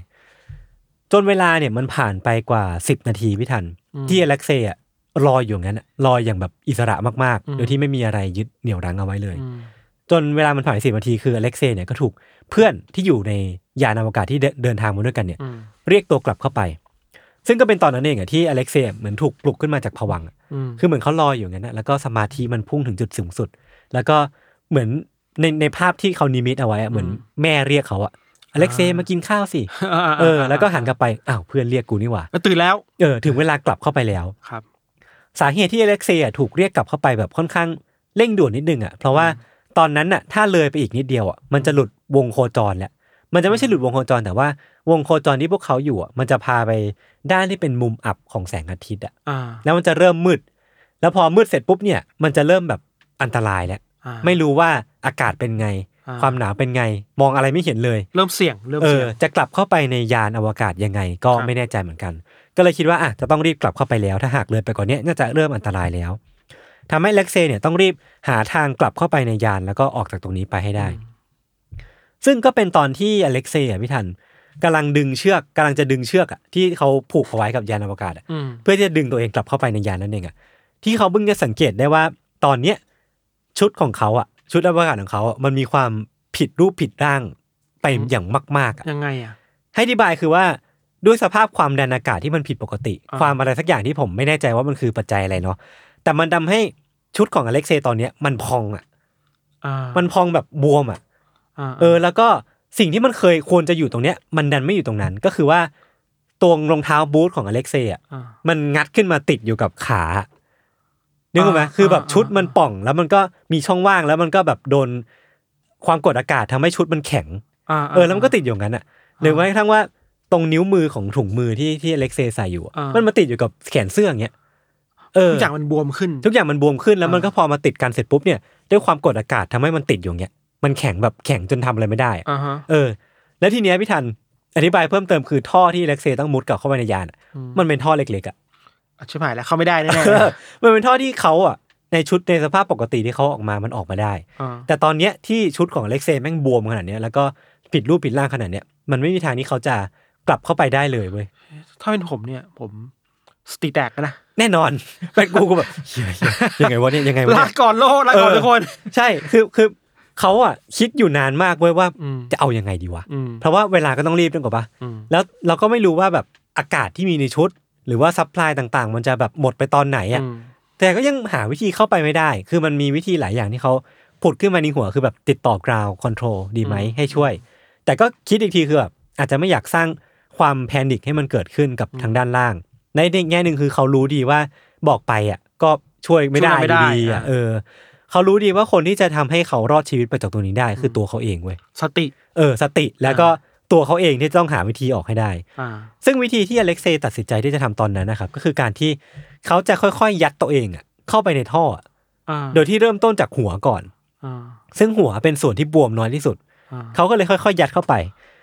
S1: จนเวลาเนี่ยมันผ่านไปกว่า 10 นาทีพี่ทัน ที่อเล็กเซย์อะลอยอยู่อย่างนั้นอะลอยอย่างแบบอิสระมากๆโดยที่ไม่มีอะไรยึดเหนี่ยวรั้งเอาไว้เลย
S2: อืม
S1: จนเวลามันผ่านสิบนาทีคืออเล็กเซย์เนี่ยก็ถูกเพื่อนที่อยู่ในยานอวกาศที่เดินเดินทางมาด้วยกันเนี่ย
S2: อืม
S1: เรียกตัวกลับเข้าไป ซึ่งก็เป็นตอนนั้นเองอะที่อเล็กเซย์เหมือนถูกปลุกขึ้นมาจากผวังค์อะ
S2: อืม
S1: คือเหมือนเขาลอยอยู่งั้นนะแล้วก็สมาธิมันพุ่งถึงจุดสูงสุด แล้วก็เหมือน ในในภาพที่เขานิมิตเอาไว้อะเหมือนแม่เรียกเขาอะอเล็กเซย์มากินข้าวสิ เออ แล้วก็หันกลับไปอ้าวเพื่อนเรียกกูนี่หว่า
S2: แล้วตื่นแล้ว
S1: เออถึงเวลากลับเข้าไปแล้ว
S2: ครับ
S1: สาเหตุที่อเล็กเซย์อะถูกเรียกกลับเข้าไปแบบค่อนข้างเร่งด่วนนิดนึงอ่ะเพราะว่าตอนนั้นน่ะถ้าเลยไปอีกนิดเดียวอ่ะมันจะหลุดวงโคจรแล้วมันจะไม่ใช่หลุดวงโคจรแต่ว่าวงโคจรที่พวกเขาอยู่อ่ะมันจะพาไปด้านที่เป็นมุมอับของแสงอาทิตย์อ่ะ
S2: อ่า
S1: แล้วมันจะเริ่มมืด แล้วพอมืดเสร็จปุ๊บเนี่ยมันจะเริ่มแบบอันตรายแล้ว
S2: อ่า
S1: ไม่รู้ว่าอากาศเป็นไง
S2: อ่า
S1: ความหนาวเป็นไง มองอะไรไม่เห็นเลย
S2: เริ่มเสี่ยงเริ่ม
S1: เอ
S2: เสี่
S1: อย
S2: ง
S1: จะกลับเข้าไปในยานอวกาศยังไงก็
S2: ครับ
S1: ไม่แน่ใจเหมือนกัน ก็เลยคิดว่าอ่ะจะต้องรีบกลับเข้าไปแล้ว ถ้าหากเลยไปกว่อนนี้ยน่าจะเริ่มอันตรายแล้วทำให้เล็กเซเนี่ยต้องรีบหาทางกลับเข้าไปในยานแล้วก็ออกจากตรงนี้ไปให้ได้ ซึ่งก็เป็นตอนที่อเล็กเซอ่ะพี่ทันกำลังดึงเชือกกำลังจะดึงเชือกอ่ะที่เขาผูกเอาไว้กับยานอวกาศอ่ะ
S2: อืม
S1: เพื่อที่จะดึงตัวเองกลับเข้าไปในยานนั่นเองอ่ะที่เขาเพิ่งจะสังเกตได้ว่าตอนเนี้ยชุดของเขาอ่ะชุดอวกาศของเขาอ่ะมันมีความผิดรูปผิดร่างไปอย่างมากๆอ่ะ
S2: ยังไงอ่ะ
S1: ให้อธิบายคือว่าด้วยสภาพความดันอากาศที่มันผิดปกติ
S2: อ่า
S1: ความอะไรสักอย่างที่ผมไม่แน่ใจว่ามันคือปัจจัยอะไรเนาะแต่มันทำให้ชุดของอเล็กเซย์ตอนเนี้ยมันพองอ่ะ
S2: อ่า
S1: มันพองแบบบวมอ่ะ
S2: า
S1: เออแล้วก็สิ่งที่มันเคยควรจะอยู่ตรงเนี้ยมันดันไม่อยู่ตรงนั้นก็คือว่าตัวรองเท้าบูทของอเล็กเซย์อ่ะ
S2: อ่า
S1: มันงัดขึ้นมาติดอยู่กับขานึกออกไหม
S2: อ่า
S1: คือแบบ
S2: อ่า
S1: ชุดมันป่อง แล้วมันก็มีช่องว่างแล้วมันก็แบบโดนความกดอากาศทำให้ชุดมันแข็ง
S2: อ่า
S1: เออแล้วมันก็ติดอยู่งั้นอ่ะหรือแม้กระทั่งว่าตรงนิ้วมือของถุงมือที่ที่อเล็กเซย์ใส่อยู่อะ
S2: อ่ามั
S1: มันมาติดอยู่กับแขนเสื้ออย่างเงี้ยเออ
S2: ทุกอย่างมันบวมขึ้น
S1: ทุกอย่างมันบวมขึ้นแล้วมัน
S2: อ่า
S1: ก็พอมาติดกันเสร็จปุ๊บเนี่ยด้วยความกดอากาศทำให้มันติดอยู่อย่างเงี้ยมันแข็งแบบแข็งจนทำอะไรไม่ได้อะ
S2: อ่าฮะ
S1: เออ แล้วทีเนี้ยพี่ทันอธิบายเพิ่มเติมคือท่อที่อเล็กเซย์ต้องมุดกลับเข้าไปในยานอะมันเป็นท่อเล็กๆอ่ะ
S2: อ่ะชิบหายแล้วเข้าไม่ได้แน่
S1: เอ อมันเป็นท่อที่เขาอ่ะในชุดในสภาพปกติที่เขาออกมามันออกมาได้
S2: ๆอ่า
S1: แต่ตอนเนี้ยที่ชุดของอเล็กเซย์แม่งบวมขนาดเนี้ยแล้วก็ผิดรูปผิดร่างขนาดเนี้ยมันไม่มีทางที่เขาจะกลับเข้าไปได้เลยเว้ย
S2: ถ้าเป็นผมเนี่ย ผมสติแตกนะ
S1: แน่น อน เป็นกูกูแบบเหี้ยเหี้ยยังไงวะเนี่ยยังไงวะ
S2: ลา
S1: เนี่ย
S2: ก่อนโลกลาก่อน
S1: เออ
S2: ทุกคน
S1: ใช่คือคือเขาอ่ะคิดอยู่นานมากเว้ยว่า
S2: อืม
S1: จะเอายังไงดีวะ
S2: อืม
S1: เพราะว่าเวลาก็ต้องรีบนึกออกปะ
S2: อืม
S1: แล้วเราก็ไม่รู้ว่าแบบอากาศที่มีในชุด หรือว่าซัพพลายต่างๆ มันจะแบบหมดไปตอนไหนอ่ะ
S2: อืม
S1: แต่ก็ยังหาวิธีเข้าไปไม่ได้ คือมันมีวิธีหลายอย่างที่เขาผุดขึ้นมาในหัว คือแบบติดต่อกราวคอนโทรลดีไหม
S2: อืม
S1: ให้ช่วย แต่ก็คิดอีกทีคือแบบอาจจะไม่อยากสร้างความแพนิคให้มันเกิดขึ้นกับทางด้านล่าง ในแง่หนึ่งคือเขารู้ดีว่าบอกไปอ่ะก็ช่วยไม่ได้อยู่ดีอ่ะเออ เขารู้ดีว่าคนที่จะทำให้เขารอดชีวิตไปจากตรงนี้ได้ คือตัวเขาเองเว้ย
S2: สติ
S1: เออ สติแล้วก็ตัวเขาเองที่ต้องหาวิธีออกให้ได้
S2: อ่า
S1: ซึ่งวิธีที่อเล็กเซย์ตัดสินใจที่จะทำตอนนั้นนะครับ ก็คือการที่เขาจะค่อยๆ ยัดตัวเองอะเข้าไปในท่ออะ
S2: อ่า
S1: โดยที่เริ่มต้นจากหัวก่อน
S2: อ่า
S1: ซึ่งหัวเป็นส่วนที่บวมน้อยที่สุด
S2: อ่า
S1: เขาก็เลยค่อยๆ ยัดเข้าไป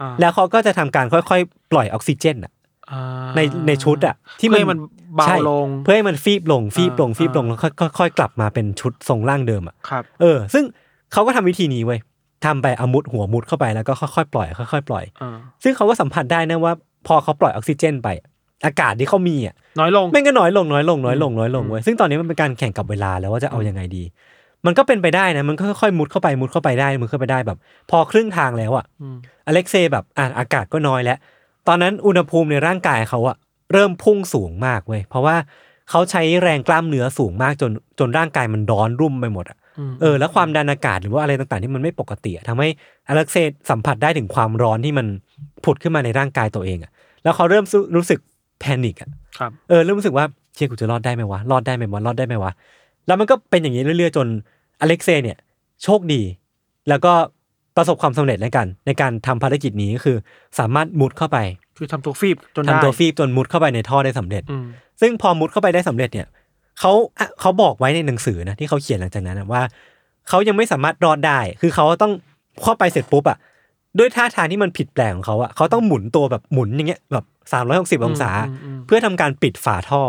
S2: อ่า
S1: แล้วเขาก็จะทำการค่อยๆ ปล่อยออกซิเจนอะ
S2: อ่า
S1: ในในชุดอะที่
S2: เพื่อให้มันเบา
S1: ใช่
S2: ลง
S1: เพื่อให้มันฟีบลงฟีบลง
S2: อ่า
S1: ฟีบลงแล้วค่อยๆกลับมาเป็นชุดทรงร่างเดิมอะ
S2: ครับ
S1: เออ ซึ่งเขาก็ทำวิธีนี้เว้ยทำไปเอามุดหัวมุดเข้าไปแล้วก็ค่อยๆปล่อยค่อยๆปล่อย
S2: อ่า
S1: ซึ่งเขาก็สัมผัสได้นะว่าพอเขาปล่อยออกซิเจนไป อากาศที่เขามีอะ
S2: น้อยลง
S1: แม่งก็น้อยลงน้อยลงน้อยลงน้อยลงเว้ยซึ่งตอนนี้มันเป็นการแข่งกับเวลาแล้วว่าจะเอายังไงดี มันก็เป็นไปได้นะมันก็ค่อยๆมุดเข้าไปมุดเข้าไปได้มุดเข้าไปได้แบบ พอครึ่งทางแล้วอ่ะ
S2: อืม
S1: อเล็กเซย์แบบอ่ะอากาศก็น้อยแล้ว ตอนนั้นอุณหภูมิในร่างกายเขาอ่ะเริ่มพุ่งสูงมากเว้ยเพราะว่าเขาใช้แรงกล้ามเนื้อสูงมากจนจนร่างกายมันร้อนรุ่มไปหมดอ่ะ
S2: ม
S1: เออแล้วความดันอากาศหรือว่าอะไรต่างๆที่มันไม่ปกติอะทำให้อเล็กเซย์สัมผัสได้ถึงความร้อนที่มันผุดขึ้นมาในร่างกายตัวเองอ่ะแล้วเขาเริ่มรู้สึกแพนิคอ่ะ
S2: ครับ
S1: เออเริ่มรู้สึกว่าเชี่ยกูจะรอดได้ไหมวะรอดได้ไหมวะรอดได้ไหมวะแล้วมันก็เป็นอย่างนี้เรื่อยๆ จนอเล็กเซย์เนี่ย โชคดี แล้วก็ประสบความสำเร็จแล้วกัน ในการทำภารกิจนี้ก็คือ สามารถมุดเข้าไป
S2: คือทำตัวฟีบจน
S1: ทำ
S2: ได้
S1: ตัวฟีบจนมุดเข้าไปในท่อได้สำเร็จ
S2: อืม
S1: ซึ่งพอมุดเข้าไปได้สำเร็จเนี่ยเขาอ่ะเขาบอกไว้ในหนังสือนะที่เขาเขียนหลังจากนั้นนะว่าเขายังไม่สามารถรอดได้ คือเขาต้องเข้าไปเสร็จปุ๊บอะด้วยท่าทางที่มันผิดแปลกของเขาอะเขาต้องหมุนตัวแบบหมุนอย่างเงี้ยแบบ 360 องศา
S2: มมม
S1: เพื่อทำการปิดฝาท่อ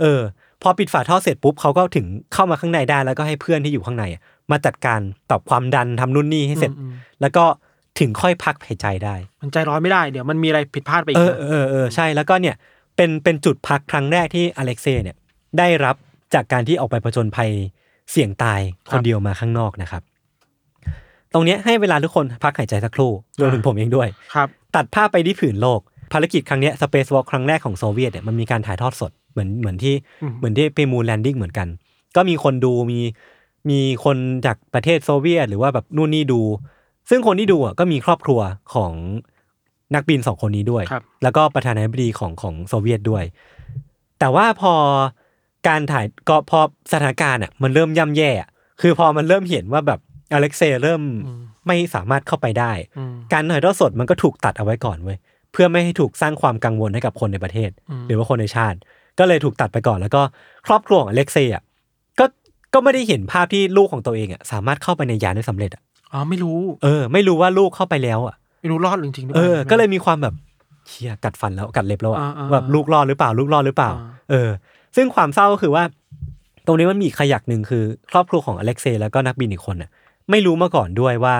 S1: เออ พอปิดฝาท่อเสร็จปุ๊บเขาก็ถึงเข้ามาข้างในได้แล้วก็ให้เพื่อนที่อยู่ข้างในอะมาจัดการตอบความดันทำนู่นนี่ให้เสร็จ
S2: อืมอืม
S1: แล้วก็ถึงค่อยพักหายใจได้
S2: มันใจร้อนไม่ได้เดี๋ยวมันมีอะไรผิดพลาดไปอี
S1: เอก อ
S2: นะ
S1: เออเออใช่แล้วก็เนี่ยเป็นเป็นจุดพักครั้งแรกที่อเล็กเซ่เนี่ยได้รับจากการที่ออกไปผจญภัยเสี่ยงตายคนเดียวมาข้างนอกนะครับ ตรงเนี้ยให้เวลาทุกคนพักหายใจสักครู่รวมถึงผมเองด้วย
S2: ครับ
S1: ตัดภาพไปที่ผืนโลก ภารกิจครั้งเนี้สเปซวอล์ครั้งแรกของโซเวียตเนี่ยมันมีการถ่ายทอดสดเหมือนเหมือนที่เหมือนที่ไปมูนแลนดิ้งเหมือนกัน ก็มีคนดูมี มีคนจากประเทศโซเวียต หรือว่าแบบนู่นนี่ดู ซึ่งคนที่ดูอ่ะก็มีครอบครัวของนักบินสองคนนี้ด้วย
S2: ครับ
S1: แล้วก็ประธานาธิบดีของของโซเวียตด้วย แต่ว่าพอการถ่ายก็พอสถานการณ์อ่ะมันเริ่มย่ำแย่อะคือพอมันเริ่มเห็นว่าแบบอเล็กเซย์เริ่มไม่สามารถเข้าไปได้
S2: อืม
S1: การถ่ายทอดสดมันก็ถูกตัดเอาไว้ก่อนเว้ยเพื่อไม่ให้ถูกสร้างความกังวลให้กับคนในประเทศ
S2: อืม
S1: หรือว่าคนในชาติ ก็เลยถูกตัดไปก่อนแล้วก็ครอบครัวของอเล็กเซย์อ่ะก็ก็ไม่ได้เห็นภาพที่ลูกของตัวเองอ่ะสามารถเข้าไปในยานได้สำเร็จอ่ะ
S2: อ๋อไม่รู้
S1: เออไม่รู้ว่าลูกเข้าไปแล้วอ่ะ
S2: ไม่รู้รอดหรือจริงหรือ
S1: เอ
S2: เปล่า
S1: อ ก็เลยมีความแบบเชียกัดฟันแล้วกัดเล็บแล้วอ่ะ
S2: อ่าอ่า
S1: แบบลูกรอดหรือเปล่าลูกรอดหรือเปล่า
S2: อ่า
S1: เออ ซึ่งความเศร้าก็คือว่า ตรงนี้มันมีอีกขยักหนึ่งคือ ครอบครัวของอเล็กเซย์แล้วก็นักบินอีกคนน่ะ ไม่รู้มาก่อนด้วยว่า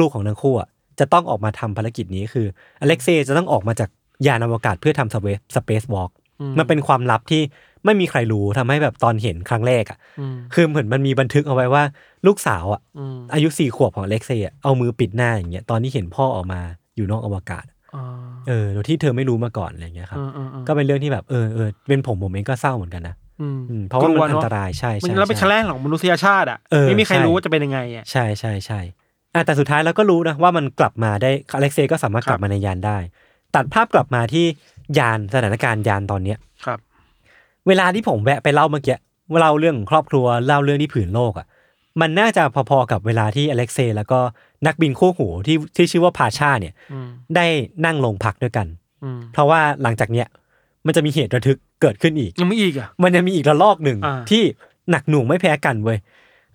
S1: ลูกๆของทั้งคู่อ่ะจะต้องออกมาทำภารกิจนี้คืออเล็กเซย์จะต้องออกมาจากยานอวกาศเพื่อทำสเปซสเปซวอล์ก
S2: อื
S1: มันเป็นความลับที่ไม่มีใครรู้ทำให้แบบตอนเห็นครั้งแรกอ่ะ
S2: อืม
S1: คือเหมือนมันมีบันทึกเอาไว้ว่าลูกสาวอ่ะ
S2: อืม
S1: อายุสี่ขวบของอเล็กเซย์อะเอามือปิดหน้าอย่างเงี้ยตอนที่เห็นพ่อออกมาอยู่นอกอวกาศ
S2: อ่า
S1: เออโดยที่เธอไม่รู้มาก่อนอะไรอย่างเงี้ยครับ
S2: อืมอืมอืม
S1: ก็เป็นเรื่องที่แบบเออเออเป็นผมผมเองก็เศร้าเหมือนกันนะ
S2: อืม
S1: อืมเพราะว่ามันอันตรายใช่
S2: มั
S1: ใช่
S2: นเราเป็น
S1: ใช่
S2: ครั้งแรกของมนุษยชาติอ่ะ
S1: เออ
S2: ไม่มีใคร
S1: ใช่
S2: รู้ว่าจะเป็นยังไงอ่ะ
S1: ใช่ใช่ใช่อ่ะแต่สุดท้ายเราก็รู้นะว่ามันกลับมาได้อเล็กเซย์ก็สามารถกลับ
S2: ครับ
S1: มาในยานได้ ตัดภาพกลับมาที่ยานสถานการณ์ยานตอนเนี้ย
S2: ครับ
S1: เวลาที่ผมแวะไปเล่าเมื่อกี้เล่าเรื่องครอบครัวเล่าเรื่องที่ผืนโลกอ่ะมันน่าจะพอๆกับเวลาที่อเล็กเซย์แล้วก็นักบินคู่หูที่ที่ชื่อว่าพาชาเนี่ย
S2: อืม
S1: ได้นั่งลงพักด้วยกัน
S2: อืม
S1: เพราะว่าหลังจากเนี้ยมันจะมีเหตุระทึกเกิดขึ้นอีก
S2: ยังไม่อีกอ่ะ
S1: มันยังมีอีกระลอกหนึ่ง
S2: อ่า
S1: ที่หนักหน่วงไม่แพ้กันเว้ย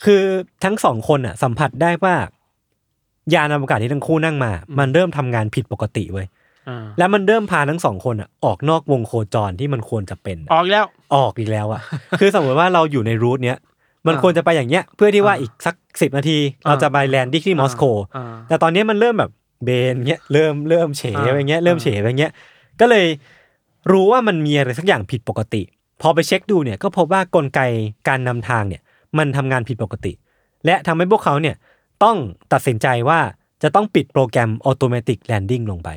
S1: คือทั้งสองคนอ่ะ สัมผัสได้ว่า ยานอวกาศที่ทั้งคู่นั่งมา มันเริ่มทำงานผิดปกติเว้ย
S2: อ่า
S1: แล้วมันเริ่มพาทั้งสองคนอ่ะออกนอกวงโคจรที่มันควรจะเป็นอะ
S2: ออกอีกแล้ว
S1: ออกอีกแล้วอ่ะ คือสมมติว่าเราอยู่ในรูทเนี้ย มัน
S2: อ่า
S1: ควรจะไปอย่างเงี้ย เพื่อที่ว่า
S2: อ่า
S1: อีกสักสิบนาที เรา
S2: อ่า
S1: จะไปแลนดิ้งที่มอสโก
S2: อ่า
S1: แต่ตอนนี้มันเริ่มแบบเบนเงี้ยเริ่มเริ่มเฉ
S2: อ่า
S1: ไปเงี้ยเริ่ม
S2: อ่า
S1: เฉไปเงี้ยก็เลยรู้ว่ามันมีอะไรสักอย่างผิดปกติ พอไปเช็คดูเนี่ยก็พบว่ากลไกการนำทางเนี่ยมันทำงานผิดปกติ และทำให้พวกเขาเนี่ยต้องตัดสินใจว่าจะต้องปิดโปรแกรมอ t o m a t i c landing ลงไป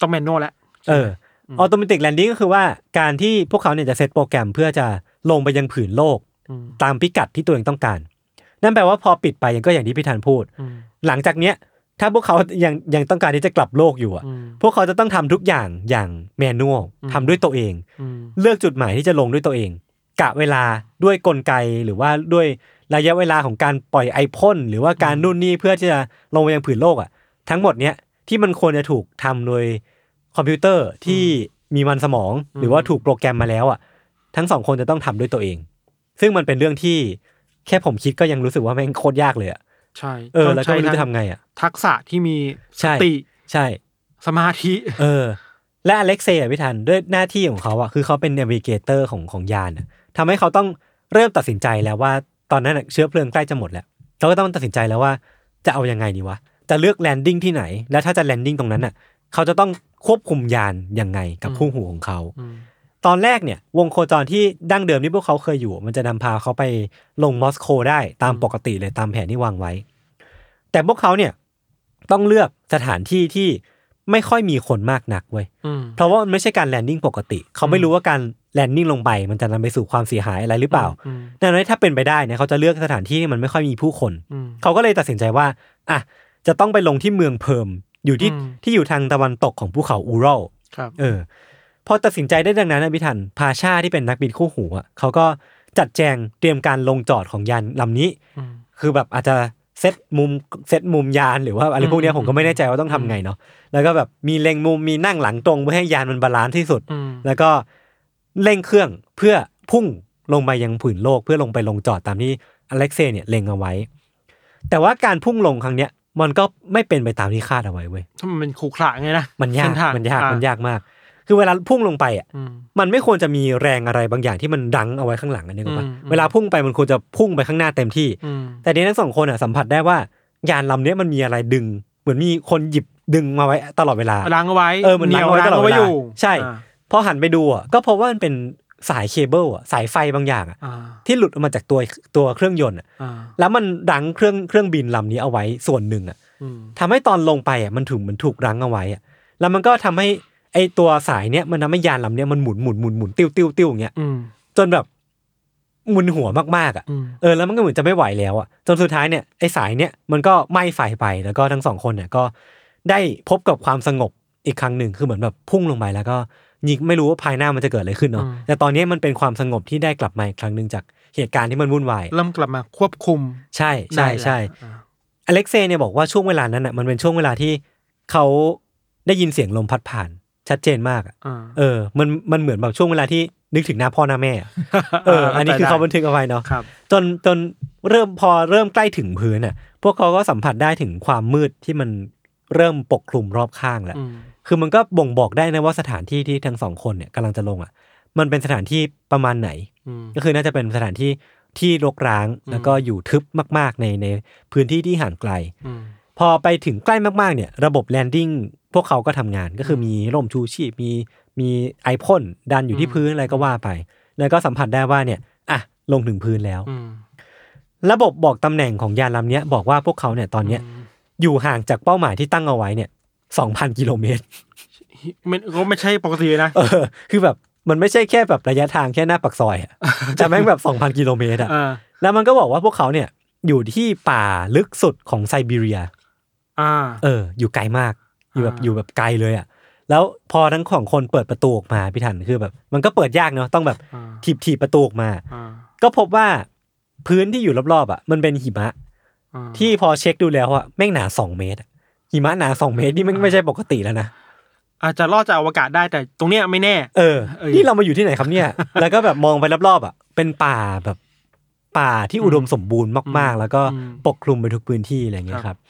S2: ต้องแมนนวลแล้ว
S1: เออออโตเมติกแลนดิ้งก็คือว่าการที่พวกเขาเนี่ยจะเซตโปรแกรมเพื่อจะลงไปยังผืนโลก
S2: อืม
S1: ตามพิกัดที่ตัวเองต้องการ นั่นแปลว่าพอปิดไปยังก็อย่างที่พี่ธันพูด
S2: อืม
S1: หลังจากเนี้ยถ้าพวกเขายังยังต้องการที่จะกลับโลกอยู่อ่ะ
S2: อืม
S1: พวกเขาจะต้องทำทุกอย่างอย่างแมนนวล
S2: อืม
S1: ทำด้วยตัวเอง
S2: อืม
S1: เลือกจุดหมายที่จะลงด้วยตัวเอง กะเวลาด้วยกลไกหรือว่าด้วยระยะเวลาของการปล่อยไอพ่นหรือว่าการนู่นนี่เพื่อที่จะลงไปยังผืนโลกอ่ะ ทั้งหมดเนี้ยที่มันควรจะถูกทำโดยคอมพิวเตอร์ที่มีมันสมอง หรือว่าถูกโปรแกรมมาแล้วอ่ะ ทั้งสองคนจะต้องทำด้วยตัวเอง ซึ่งมันเป็นเรื่องที่แค่ผมคิดก็ยังรู้สึกว่าแม่งโคตรยากเลยอ่ะ
S2: ใช่
S1: เออแล้วก็ไม่รู้
S2: ต้อ
S1: จะ
S2: ง
S1: ทำไงอ่ะ
S2: ทักษะที่มี
S1: ใช่
S2: สติ
S1: ใช่
S2: สมาธิ
S1: เออ และอเล็กเซย์อะพี่ทันด้วยหน้าที่ของเขาอะคือเขาเป็น n นวิเกเตอร์ของของยานอะทำให้เขาต้องเริ่มตัดสินใจแล้วว่าตอนนั้นอะเชื้อเพลิงใกล้จะหมดแล้วเขาก็ต้องตัดสินใจแล้วว่าจะเอายังไงดีวะ จะเลือกแลนดิ้งที่ไหน และถ้าจะแลนดิ้งตรงนั้นอะเขาจะต้องควบคุมยานยังไงกับ
S2: อืม
S1: คู่หูของเขา
S2: อืม
S1: ตอนแรกเนี่ยวงโคจรที่ดั้งเดิมที่พวกเขาเคยอยู่ มันจะนำพาเขาไปลงมอสโกได้ตามปกติเลยตามแผนที่วางไว้ แต่พวกเขาเนี่ยต้องเลือกสถานที่ที่ไม่ค่อยมีคนมากนักเว้ย
S2: อืม
S1: เพราะว่ามันไม่ใช่การแลนดิ้งปกติ เขาไม่
S2: อืม
S1: รู้ว่าการแลนดิ้งลงไป มันจะนำไปสู่ความเสียหายอะไรหรือเปล่า
S2: อืม
S1: ดังนั้นถ้าเป็นไปได้เนี่ยเขาจะเลือกสถานที่ที่มันไม่ค่อยมีผู้คน
S2: อืม
S1: เขาก็เลยตัดสินใจว่าอ่ะจะต้องไปลงที่เมืองเพิร์มอยู่ที่
S2: อืม
S1: ที่อยู่ทางตะวันตกของภูเขาอูรัล
S2: ครับ
S1: เออพอตัดสินใจได้ดังนั้นนะพิทันพาชาที่เป็นนักบินคู่หูอ่ะเขาก็จัดแจงเตรียมการลงจอดของยานลำนี้
S2: อืม
S1: คือแบบอาจจะเซตมุมเซตมุมยานหรือว่าอะไร
S2: อืม
S1: พวกเนี้ยผมก็ไม่
S2: อืม
S1: แน่ใจว่าต้องทำไงเนาะแล้วก็แบบมีเล็งมุมมีนั่งหลังตรงเพื่อให้ยานมันบาลานซ์ที่สุด
S2: อืม
S1: แล้วก็เร่งเครื่องเพื่อพุ่งลงไปยังผืนโลกเพื่อลงไปลงจอดตามที่อเล็กเซ่เนี่ยเล็งเอาไว้ แต่ว่าการพุ่งลงครั้งเนี้ยมันก็ไม่เป็นไปตามที่คาดเอาไว้เว้ย
S2: ถ้ามันเป็นขรุขระไงนะ
S1: มันยาก
S2: เส้ทง
S1: มันยาก
S2: อ่ะ
S1: มันยากมาก คือเวลาพุ่งลงไปอ่ะ
S2: อืม
S1: มันไม่ควรจะมีแรงอะไรบางอย่างที่มันดังเอาไว้ข้างหลังอันนี้ก็ปะ
S2: อืมอืม
S1: เวลาพุ่งไปมันควรจะพุ่งไปข้างหน้าเต็มที่
S2: อืม
S1: แต่เนี้ทั้งสองคนอ่ะสัมผัสได้ว่ายานลำเนี้ยมันมีอะไรดึง เหมือนมีคนหยิบดึงมาไว้ตลอดเวลา
S2: ล้างเอาไว้
S1: เออมันล้างเอาไว้
S2: หนี
S1: ตลอดเวลา
S2: ยู่
S1: ใช่
S2: อ่า
S1: พอหันไปดูอ่ะก็พบว่ามันเป็นสายเคเบิลอ่ะสายไฟบางอย่างอ่ะ
S2: อ่า
S1: ที่หลุดออกมาจากตัวตัวเครื่องยนต์อ่ะ
S2: อ่า
S1: แล้วมันดังเครื่องเครื่องบินลำนี้เอาไว้ส่วนหนึ่งอ่ะ
S2: อืม
S1: ทำให้ตอนลงไปอ่ะมันถูกมันถูกรั้งเอาไว้อ่ะแล้วมันก็ทำให้ไอตัวสายเนี้ยมันทำให้ยานลำเนี้ยมันหมุนหมุนหมุนหมุนติ้วติ้วติ้วอย่างเงี้ย
S2: อืม
S1: จนแบบ มึนหัวมากๆอ่ะ เออแล้วมันก็เหมือนจะไม่ไหวแล้วอ่ะจนสุดท้ายเนี่ยไอ้สายเนี่ยมันก็ไหม้ไฟไปแล้วก็ทั้งสองคนเนี่ยก็ได้พบกับความสงบอีกครั้งหนึ่งคือเหมือนแบบพุ่งลงไปแล้วก็ยิงไม่รู้ว่าภายหน้ามันจะเกิดอะไรขึ้นเนาะ
S2: อืม
S1: แต่ตอนนี้มันเป็นความสงบที่ได้กลับมาอีกครั้งหนึ่งจากเหตุการณ์ที่มันวุ่นวาย
S2: เริ่มกลับมาควบคุม
S1: ใช่ใช่
S2: ได้แล้ว
S1: ใช่
S2: อ่า
S1: อเล็กเซ่เนี่ยบอกว่าช่วงเวลานั้นอ่ะมันเป็นช่วงเวลาที่เขาได้ยินเสียงลมพัดผ่านชัดเจนมากอะ
S2: อ่า
S1: เออมันมันเหมือนแบบช่วงเวลาที่นึกถึงหน้าพ่อหน้าแม่อะเอออันนี้คือเขาบันทึกเอาไว้เนาะ
S2: ครับ
S1: จนจนเริ่มพอเริ่มใกล้ถึงพื้นน่ะ พวกเขาก็สัมผัสได้ถึงความมืดที่มันเริ่มปกคลุมรอบข้างแล้ว
S2: อืม
S1: คือมันก็บ่งบอกได้นะว่าสถานที่ที่ทั้งสองคนเนี่ยกำลังจะลงอ่ะ มันเป็นสถานที่ประมาณไหน
S2: อืม
S1: ก็คือน่าจะเป็นสถานที่ที่รกร้าง
S2: อืม
S1: แล้วก็อยู่ทึบมาก ๆ ในในพื้นที่ที่ห่างไกล
S2: อืม
S1: พอไปถึงใกล้มาก ๆ เนี่ย ระบบแลนดิ้งพวกเขาก็ทำงานก็คือมีร่มชูชีพมีมีไอพ่นดันอยู่ที่
S2: อืม
S1: พื้นอะไรก็ว่าไป แล้วก็สัมผัสได้ว่าเนี่ยอ่ะลงถึงพื้นแล้ว
S2: อืม
S1: ระบบบอกตำแหน่งของยานลำเนี้ยบอกว่าพวกเขาเนี่ยตอนเนี้ยอยู่ห่างจากเป้าหมายที่ตั้งเอาไว้เนี่ยสองพันกิโลเมตร
S2: มันก็ไม่ใช่ปกตินะ
S1: เออคือแบบมันไม่ใช่แค่แบบระยะทางแค่หน้าปากซอยอะ จะแม่งแบบสองพันกิโลเมตรอะ
S2: อ่า
S1: แล้วมันก็บอกว่าพวกเขาเนี่ยอยู่ที่ป่าลึกสุดของไซบีเรีย
S2: อ่า
S1: เออ อยู่ไกลมากอยู่แบบ
S2: อ่า
S1: อยู่แบบไกลเลยอะแล้วพอทั้งของคนเปิดประตูออกมาพี่ทันคือแบบ มันก็เปิดยากเนาะต้องแบบ
S2: อ่า
S1: ถีบถีบประตูออกมา
S2: อ่า
S1: ก็พบว่าพื้นที่อยู่รอบๆอะมันเป็นหิมะ
S2: อ่า
S1: ที่พอเช็คดูแล้วอะแม่งหนาสองเมตรอะหิมะหนาสองเมตรนี่มันไม่ใช่ปกติแล้วนะ
S2: อาจจะรอดจากอวกาศได้แต่ตรงเนี้ยไม่แน่
S1: เออ
S2: เอ้ย
S1: นี่เรามาอยู่ที่ไหนครับ เนี่ย แล้วก็แบบมองไปรอบๆอะเป็นป่าแบบ ป่าที่อุดมสมบูรณ์มาก
S2: อื
S1: ๆ
S2: ม
S1: แล้วก็
S2: อืม
S1: ปกคลุมไปทุกพื้นที่อะไรอย่างเงี้ย
S2: ค
S1: ค
S2: รั
S1: รับ บ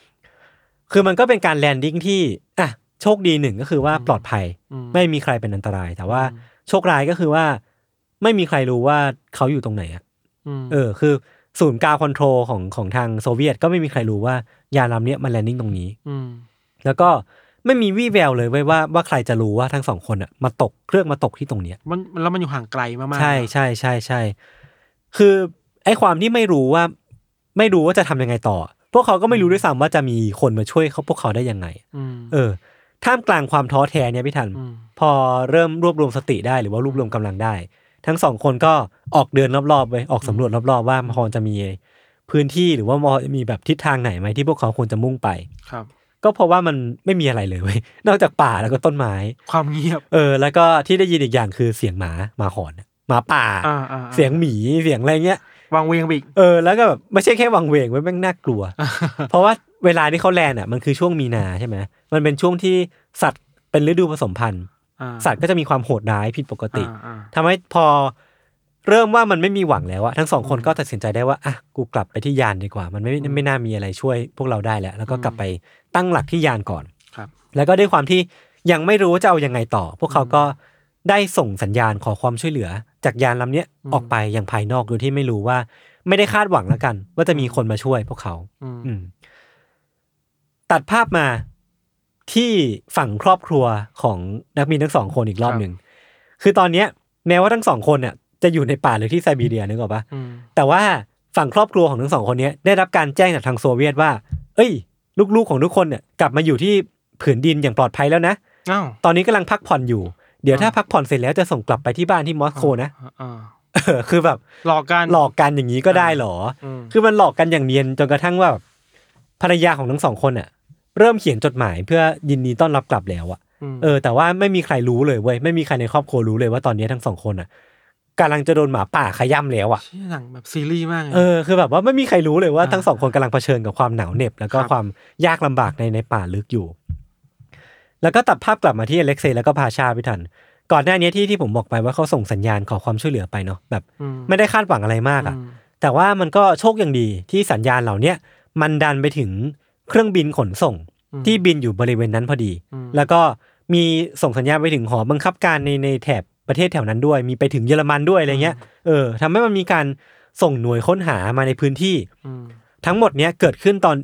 S1: คือมันก็เป็นการแลนดิ้งที่อ่ะโชคดีหนึ่งก็คือว่าปลอดภัย
S2: อื
S1: ไม่มีใครเป็นอันตราย แต่ว่าโชคร้ายก็คือว่า ไม่มีใครรู้ว่าเขาอยู่ตรงไหนอะ
S2: ม
S1: เออคือศูนย์กลางคอนโทรลของของทางโซเวียตก็ไม่มีใครรู้ว่ายานลำเนี้ยมันแลนดิ้งตรงนี้
S2: ม
S1: แล้วก็ไม่มีวี่แววเลยเว้ยว่าว่าใครจะรู้ว่าทั้งสองคนอ่ะมาตกเครื่องมาตกที่ตรงเนี้ย
S2: มันแล้วมันอยู่ห่างไกลมากๆ
S1: ใช่ใช่ใช่ใช่คือไอ้ความที่ไม่รู้ว่า ไม่รู้ว่าจะทำยังไงต่อ พวกเขาก็ไม่รู้ด้วยซ้ำว่าจะมีคนมาช่วยเขาพวกเขาได้ยังไง
S2: อืม
S1: เออ ท่ามกลางความท้อแท้เนี่ยพี่ทัน
S2: อืม
S1: พอเริ่มรวบรวมสติได้หรือว่ารวบรวมกำลังได้ ทั้งสองคนก็ออกเดินรอบๆไปออกสำรวจรอบๆว่าพอจะมีพื้นที่หรือว่าพอจะมีแบบทิศทางไหนไหมที่พวกเขาควรจะมุ่งไป
S2: ครับ
S1: ก็เพราะว่ามันไม่มีอะไรเลยเว้ ยนอกจากป่าแล้วก็ต้นไม้
S2: ความเงียบ
S1: เออ แล้วก็ที่ได้ยินอีกอย่างคือเสียงหมาหมาหอนหมาป่า
S2: อ่าอ่าอ่า
S1: เสียงหมีเสียงอะไรเงี้ยว
S2: างเวงไปอีก
S1: เออแล้วก็แบบไม่ใช่แค่วังเวงไว้ยแม่งน่ากลัว เพราะว่าเวลาที่เขาแลนด์อ่ะมันคือช่วงมีนาใช่ไหมมันเป็นช่วงที่สัตว์เป็นฤดูผสมพันธุ์
S2: อ่า
S1: สัตว์ก็จะมีความโหดร้ายผิดปกติ
S2: อ่าอ่า
S1: ทำให้พอเริ่มว่ามันไม่มีหวังแล้วอะทั้งสองคนก็ตัดสินใจได้ว่าอ่ะกูกลับไปที่ยานดีกว่า มันไม่ไม่น่ามีอะไรช่วยพวกเราได้แล้ว แล้วก็กลับไปตั้งหลักที่ยานก่อน
S2: ครับ
S1: แล้วก็ด้วยความที่ยังไม่รู้ว่าจะเอายังไงต่อ พวกเขาก็ได้ส่งสัญญาณขอความช่วยเหลือ จากยานลำเนี้ยออกไปยังภายนอกโดยที่ไม่รู้ว่า ไม่ได้คาดหวังแล้วกัน ว่าจะมีคนมาช่วยพวกเขา
S2: อืม
S1: อืมตัดภาพมาที่ฝั่งครอบครัวของนักบินทั้งสองคนอีกรอบหนึ่ง คือตอนเนี้ย แม้ว่าทั้งสองคนเนี่ยจะอยู่ในป่าหรือที่ไซบีเรียนึกออกปะ
S2: อืม
S1: แต่ว่าฝั่งครอบครัวของทั้งสองคนเนี้ยได้รับการแจ้งจากทางโซเวียตว่า เอ้ย ลูกๆของทุกคนเนี่ยกลับมาอยู่ที่ผืนดินอย่างปลอดภัยแล้วนะ
S2: อ้าว
S1: ตอนนี้กำลังพักผ่อนอยู่ เดี๋ยวถ้าพักผ่อนเสร็จแล้วจะส่งกลับไปที่บ้านที่มอสโกนะ
S2: อ่าอ่า
S1: เออคือแบบ
S2: หลอกกัน
S1: หลอกกันอย่างนี้ก็ได้เหรอ
S2: ม
S1: คือมันหลอกกันอย่างเนียนจนกระทั่งว่าแบบภรรยาของทั้งสองคนอ่ะ เริ่มเขียนจดหมายเพื่อยินดีต้อนรับกลับแล้วอ่ะ
S2: ม
S1: เออแต่ว่าไม่มีใครรู้เลยเว้ยไม่มีใครในครอบครัวรู้เลยว่าตอนนี้ทั้งสองคนอ่ะกำลังจะโดนหมาป่าขย้ำแล้วอ่ะ
S2: เชี่ยหนังแบบซีรีส์มากลย
S1: เออคือแบบว่าไม่มีใครรู้เลยว่า
S2: อ่า
S1: ทั้งสองคนกำลังเผชิญกับความหนาวเหน็บ แล้วก็
S2: ครับ
S1: ความยากลำบากในในป่าลึกอยู่ แล้วก็ตัดภาพกลับมาที่อเล็กเซย์แล้วก็พาชาพิทัน ก่อนหน้านี้ที่ที่ผมบอกไปว่าเขาส่งสัญญาณขอความช่วยเหลือไปเนาะแบบ
S2: ม
S1: ไม่ได้คาดหวังอะไรมากอ่ะ
S2: ม
S1: แต่ว่ามันก็โชคอย่างดีที่สัญญาณเหล่าเนี้ยมันดันไปถึงเครื่องบินขนส่ง
S2: อืม
S1: ที่บินอยู่บริเวณนั้นพอดี
S2: อืม
S1: แล้วก็มีส่งสัญญาณไปถึงหอบังคับการในในแถบประเทศแถวนั้นด้วย มีไปถึงเยอรมันด้วยอะไรเงี้ยเออทำให้มันมีการส่งหน่วยค้นหามาในพื้นที่
S2: อืม
S1: ทั้งหมดเนี้ยเกิดขึ้นตอน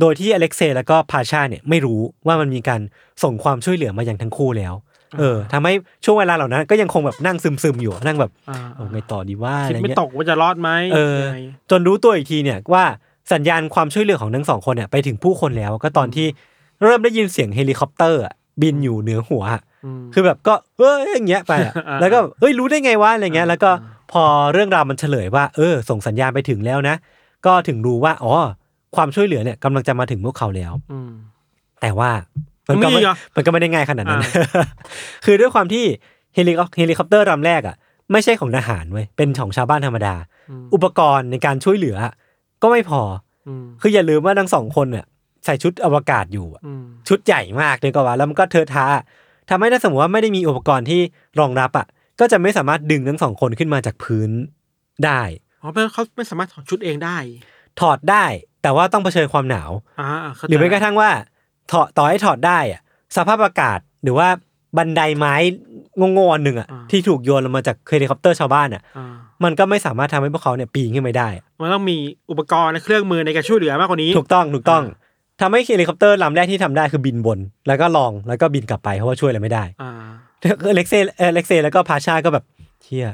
S1: โดยที่อเล็กเซย์แล้วก็พาชาเนี่ยไม่รู้ว่ามันมีการส่งความช่วยเหลือมาอย่างทั้งคู่แล้ว เออทำให้ช่วงเวลาเหล่านั้น ก็ยังคงแบบนั่งซึมๆอยู่นั่งแบบ
S2: อ่า
S1: เอาไงต่อดีว่า
S2: คิ
S1: อะ
S2: ด
S1: ไร
S2: ไม่
S1: เงี้ย
S2: ตกว่าจะรอดไหม
S1: เออ
S2: ยังไง
S1: จนรู้ตัวอีกทีเนี่ยว่าสัญญาณความช่วยเหลือของทั้งสองคนเนี่ยไปถึงผู้คนแล้ว ก็ตอนที่เริ่มได้ยินเสียงเฮลิคอปเตอร์อะบินอยู่เหนือหัวอะ
S2: อืม
S1: คือแบบก็เอ้ยอย่างเงี้ยไปอะ
S2: อ่า
S1: แล้วก็เอ้ยรู้ได้ไงวะอะไรเงี้ย แล้วก็ พอเรื่องราวมันเฉลยว่า เออ ส่งสัญญาณไปถึงแล้วนะ ก็ถึงรู้ว่าอ๋อความช่วยเหลือเนี่ยกำลังจะมาถึงพวกเขาแล้ว
S2: อืม
S1: แต่ว่ามันก็
S2: มี
S1: ไม่
S2: เหรอ
S1: มันก็ไม่ได้ง่ายขนาดนั้น
S2: อ่
S1: คือด้วยความที่เฮลิคอปเฮลิคอปเตอร์ลำแรกอ่ะไม่ใช่ของทหารเว้ยเป็นของชาวบ้านธรรมดา อุปกรณ์ในการช่วยเหลืออะก็ไม่พอ
S2: อืม
S1: คืออย่าลืมว่าทั้งสองคนเนี่ยใส่ชุดอวกาศอยู่อะ
S2: อืม
S1: ชุดใหญ่มากเลยก็ว่า แล้วมันก็เทอะทาทำให้ถ้าสมมติว่าไม่ได้มีอุปกรณ์ที่รองรับอ่ะ ก็จะไม่สามารถดึงทั้งสองคนขึ้นมาจากพื้นได้
S2: อ๋อเพราะเขาไม่สามารถถอดชุดเองได้
S1: ถอดได้ แต่ว่าต้องเผชิญความหนาว
S2: อ่าเข้าใจ
S1: หรือแม้กระทั่งว่าถอดต่อให้ถอดได้อะสภาพอากาศหรือว่าบันไดไม้งงๆอันหนึ่งอ่ะที่ถูกโยนลงมาจากเฮลิคอปเตอร์ชาวบ้านอ่ะ
S2: อ่า
S1: มันก็ไม่สามารถทำให้พวกเขาเนี่ยปีนขึ้นไปได้อะ
S2: มันต้องมีอุปกรณ์และเครื่องมือในการช่วยเหลือมากกว่านี้
S1: ถูกต้องถูกต้องทำให้เฮลิคอปเตอร์ลำแรกที่ทำได้คือบินวนแล้วก็ลองแล้วก็บินกลับไปเพราะว่าช่วยอะไรไม่ได้
S2: อ่า
S1: เอเล็กเซ่เอเล็กเซ่แล้วก็พาชาก็แบบเฮีย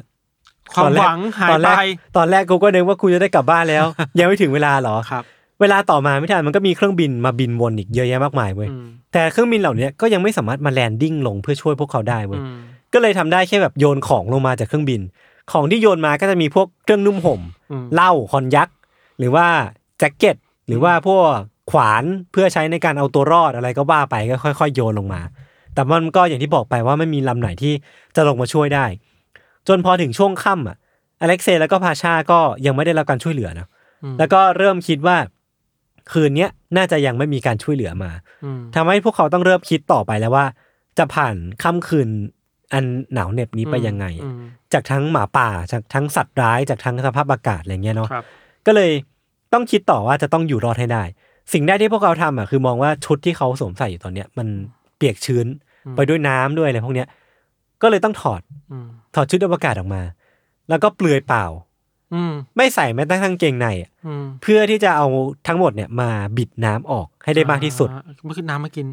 S2: ความหวังหาย
S1: ตอนแร
S2: ไป
S1: กตอนแรกกูก็นึกว่ากูจะได้กลับบ้านแล้ว ยังไม่ถึงเวลาเหรอ
S2: ครับ
S1: เวลาต่อมาไม่ทันมันก็มีเครื่องบินมาบินวนอีกเยอะแยะมากมายเว้ย
S2: อืม
S1: แต่เครื่องบินเหล่านี้ก็ยังไม่สามารถมาแลนดิ้งลงเพื่อช่วยพวกเขาได้เว้ย
S2: อืม
S1: ก็เลยทำได้แค่แบบโยนของลงมาจากเครื่องบิน ของที่โยนมาก็จะมีพวกเครื่องนุ่มห่ม
S2: อืม
S1: เหล้าคอนยักหรือว่าแจ็คเก็ต หรือว่าพวกขวานเพื่อใช้ในการเอาตัวรอดอะไรก็ว่าไปก็ค่อยๆ โยนลงมา แต่มันก็อย่างที่บอกไปว่าไม่มีลำไหนที่จะลงมาช่วยได้ จนพอถึงช่วงค่ำอ่ะอเล็กเซย์แล้วก็พาชาก็ยังไม่ได้รับการช่วยเหลือนะ แล้วก็เริ่มคิดว่า คืนเนี้ยน่าจะยังไม่มีการช่วยเหลือมา
S2: อืม
S1: ทำให้พวกเขาต้องเริ่มคิดต่อไปแล้วว่า จะผ่านค่ำคืนอันหนาวเหน็บนี้ไปยังไง
S2: อืม
S1: จากทั้งหมาป่าจากทั้งสัตว์ร้ายจากทั้งสภาพอากาศอะไรเงี้ยเนาะ
S2: ครับ
S1: ก็เลยต้องคิดต่อว่าจะต้องอยู่รอดให้ได้ สิ่งแรกที่พวกเขาทำอ่ะคือมองว่าชุดที่เขาสวมใส่อยู่ตอนเนี้ยมันเปียกชื้น
S2: อืม
S1: ไปด้วยน้ำด้วยอะไรพวกเนี้ยก็เลยต้องถอด
S2: อืม
S1: ถอดชุดอวกาศออกมา แล้วก็เปลือยเปล่า
S2: อืม
S1: ไม่ใส่แม้แต่กางเกงในอะ
S2: อืม
S1: เพื่อที่จะเอาทั้งหมดเนี่ยมาบิดน้ำออกให้ได้มากที่สุด
S2: อ่ไม่ขึ้นน้ำมากิน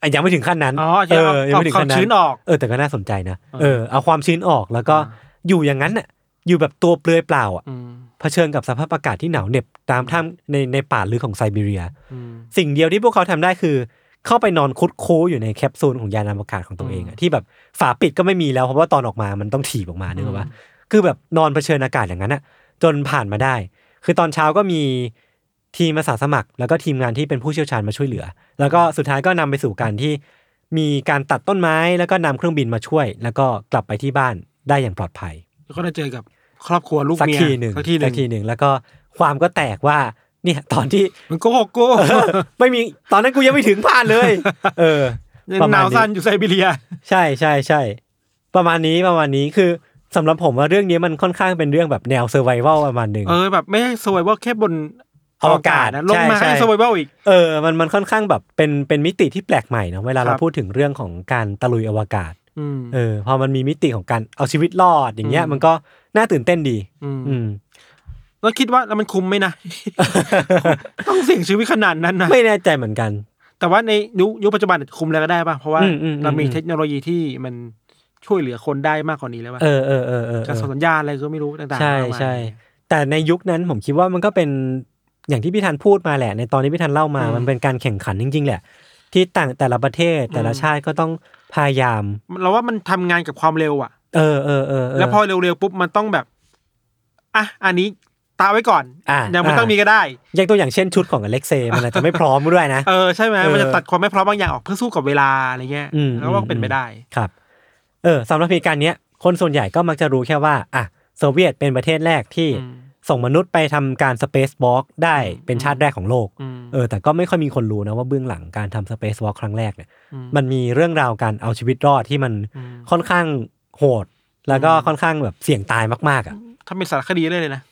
S1: อ่ะยังไม่ถึงขั้นนั้น
S2: อ๋อ
S1: เอ
S2: จะเ
S1: อยัง
S2: อาเอา
S1: ไม่ถึง
S2: ควา
S1: ขั้น
S2: ม
S1: นั้น
S2: ชื้นออก
S1: เออแต่ก็น่าสนใจนะ
S2: อ่า
S1: เออเอาความชื้นออกแล้วก็
S2: อ่
S1: อยู่อย่างนั้นน่ะอยู่แบบตัวเปลือยเปล่าอ่ะ
S2: อืม
S1: เผชิญกับสภาพอากาศที่หนาวเหน็บตามท่ามในในป่าลึกของไซบีเรีย
S2: อืม
S1: สิ่งเดียวที่พวกเขาทำได้คือ เข้าไปนอนคุดคูอยู่ในแคปซูลของยานอวกาศของตัวเองอะที่แบบฝาปิดก็ไม่มีแล้วเพราะว่าตอนออกมามันต้องถีบออกมาเนกอะว่า คือแบบนอนเผชิญอากาศอย่างนั้นน่ะจนผ่านมาได้ คือตอนเช้าก็มีทีมอาสาสมัคร แล้วก็ทีมงานที่เป็นผู้เชี่ยวชาญมาช่วยเหลือ แล้วก็สุดท้ายก็นำไปสู่การที่มีการตัดต้นไม้แล้วก็นำเครื่องบินมาช่วย แล้วก็กลับไปที่บ้านได้อย่างปลอดภัย
S2: แล้วก็ได้เจอกับครอบครัวลูก
S1: สัก
S2: เมีย
S1: ทีหนึ่ง
S2: สักทีหนึ่ง
S1: หนึ่งแล้วก็ความก็แตกว่าเนี่ยตอนที่
S2: มันโก็หกโก้
S1: เออ ไม่มีตอนนั้นกูยังไม่ถึงบ้านเลย เออ
S2: ยัง
S1: ประ
S2: ห
S1: มาณนี้
S2: นาวสั้นอยู่ไซบีเรีย
S1: ใช่ใช่ใช่ประมาณนี้ประมาณนี้คือสำหรับผมว่าเรื่องนี้มันค่อนข้างเป็นเรื่องแบบแนวเซอร์ไวลประมาณหนึ่ง
S2: เออแบบไม่ใช่สวยว่าแค่บน
S1: อวกาศ
S2: นะลงมา
S1: ใช่
S2: ให้
S1: ใช่
S2: สวยว่าอีก
S1: เออ มันมันค่อนข้างแบบเป็นเป็นมิติที่แปลกใหม่เนอะเวลาเรา
S2: ครับ
S1: พูดถึงเรื่องของการตะลุยอวกาศ
S2: อืม
S1: เออ พอมันมีมิติของการเอาชีวิตรอดอย่างเงี้ย
S2: อืม
S1: มันก็น่าตื่นเต้นดี
S2: ม
S1: อืม
S2: แล้วคิดว่าแล้วมันคุ้มไหม นะ ต้องเสี่ยงชีวิตขนาดนั้นนะ
S1: ไม่แน่ใจเหมือนกัน
S2: แต่ว่าในยุคยุคปัจจุบันคุ้มแล้วก็ได้ป่ะเพราะว่า
S1: อืมอืมอืม
S2: เรามีเทคโนโลยีที่มันช่วยเหลือคนได้มากกว่านี้แล้วป่ะ
S1: เออเออเออเออเอ
S2: การส่ง
S1: อ
S2: สัญญาณอะไรก็ไม่รู้ต่างๆ
S1: ใช่
S2: มากมาย
S1: ใช่ แต่ในยุคนั้นผมคิดว่ามันก็เป็นอย่างที่พี่ธันพูดมาแหละ ในตอนที่พี่ธันเล่ามา มันเป็นการแข่งขันจริง ๆ แหละ ที่ต่างแต่ละประเทศแต่ละชาติก็ต้องพยายาม
S2: เราว่ามันทำงานกับความเร็วอ่ะ
S1: เออเออเออเ
S2: แล้วพอเร็วๆปุ๊บมันต้องแบบอ่ะอันนี้ตาไว้ก่อน
S1: อ่ะ
S2: ยังไม่
S1: อ่ะ
S2: ต้องมีก็ได้
S1: อย่างตัวอย่างเช่นชุดของอเล็กเซมันอาจจะไม่พร้อมด้วยนะ
S2: เออใช่ไหม
S1: เออ
S2: มันจะตัดความไม่พร้อมบางอย่างออกเพื่อสู้กับเวลาอะไรเงี้ย
S1: อืม
S2: แล้วว่า
S1: อืม
S2: เป็นไปได้
S1: ครับ เออสำหรับเหตุการณ์เนี้ยคนส่วนใหญ่ก็มักจะรู้แค่ว่า อ่ะ โซเวียตเป็นประเทศแรกที่
S2: อืม
S1: ส่งมนุษย์ไปทำการสเปซวอล์กได้เป็นชาติแรกของโลก
S2: อืม
S1: เออ แต่ก็ไม่ค่อยมีคนรู้นะว่าเบื้องหลังการทำสเปซวอล์กครั้งแรกเนี่ย
S2: ม
S1: มันมีเรื่องราวการเอาชีวิตรอดที่มัน
S2: อืม
S1: ค่อนข้างโหด แล้วก็ค่อนข้างแบบเสี่ยงตายมากๆอ่ะ
S2: ถ้าเป็นสารคดีได้เลยนะ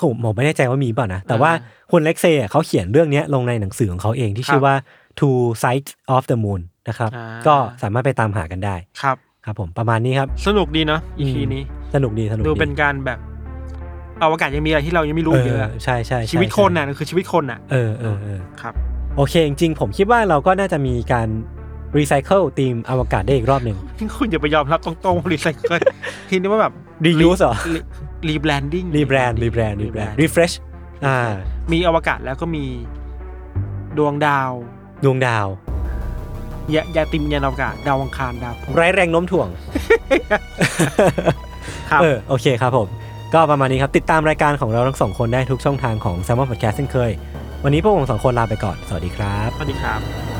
S1: ผมผมไม่แน่ใจว่ามีเปล่านะ แต่ว่า
S2: อ่
S1: คุณเล็กเซ่เขาเขียนเรื่องเนี้ยลงในหนังสือของเขาเองที่ชื่อว่า Two Sides of the Moon นะครับ
S2: อ่า
S1: ก็สามารถไปตามหากันได้
S2: ครับ
S1: ครับผมประมาณนี้ครับ
S2: สนุกดีเนาะ EP
S1: อืม
S2: นี้
S1: สนุกดีสนุก
S2: ดู
S1: ดี
S2: เป็นการแบบอวกาศยังมีอะไรที่เรายังไม่รู้เยอะอะ
S1: ใช่ใช่ใ
S2: ชีวิตคนน่ะคือชีวิตคนน่ะ
S1: เออเออเออ
S2: ครับ
S1: โอเค จริงๆ ผมคิดว่าเราก็น่าจะมีการรีไซเคิลธีมอวกาศได้อีกรอบหนึ่ง
S2: ที่คุณอย่าไปยอมรับตรงๆรีไซ เคิลทีนี้ว่าแบบ
S1: Reuse เหรอ
S2: รีแบรนดิ้ง
S1: รีแบรนด์รีแบรนด์รีแบรนด์รีเฟรชอ่า
S2: มีอวกาศแล้วก็มีดวงดาว
S1: ดวงดาว
S2: ยะยาติมยานอวกาศดาวอังคารดาวพุธ
S1: ไร้แรงโน้มถ่วง
S2: ครับ
S1: เออโอเคครับผม ก็ประมาณนี้ครับติดตามรายการของเราทั้งสองคนได้ทุกช่องทางของ s ซ m o n Podcast เช่นเคย วันนี้พวกผมสองคนลาไปก่อน สวัสดีครับ
S2: สวัสดีครับ
S4: ส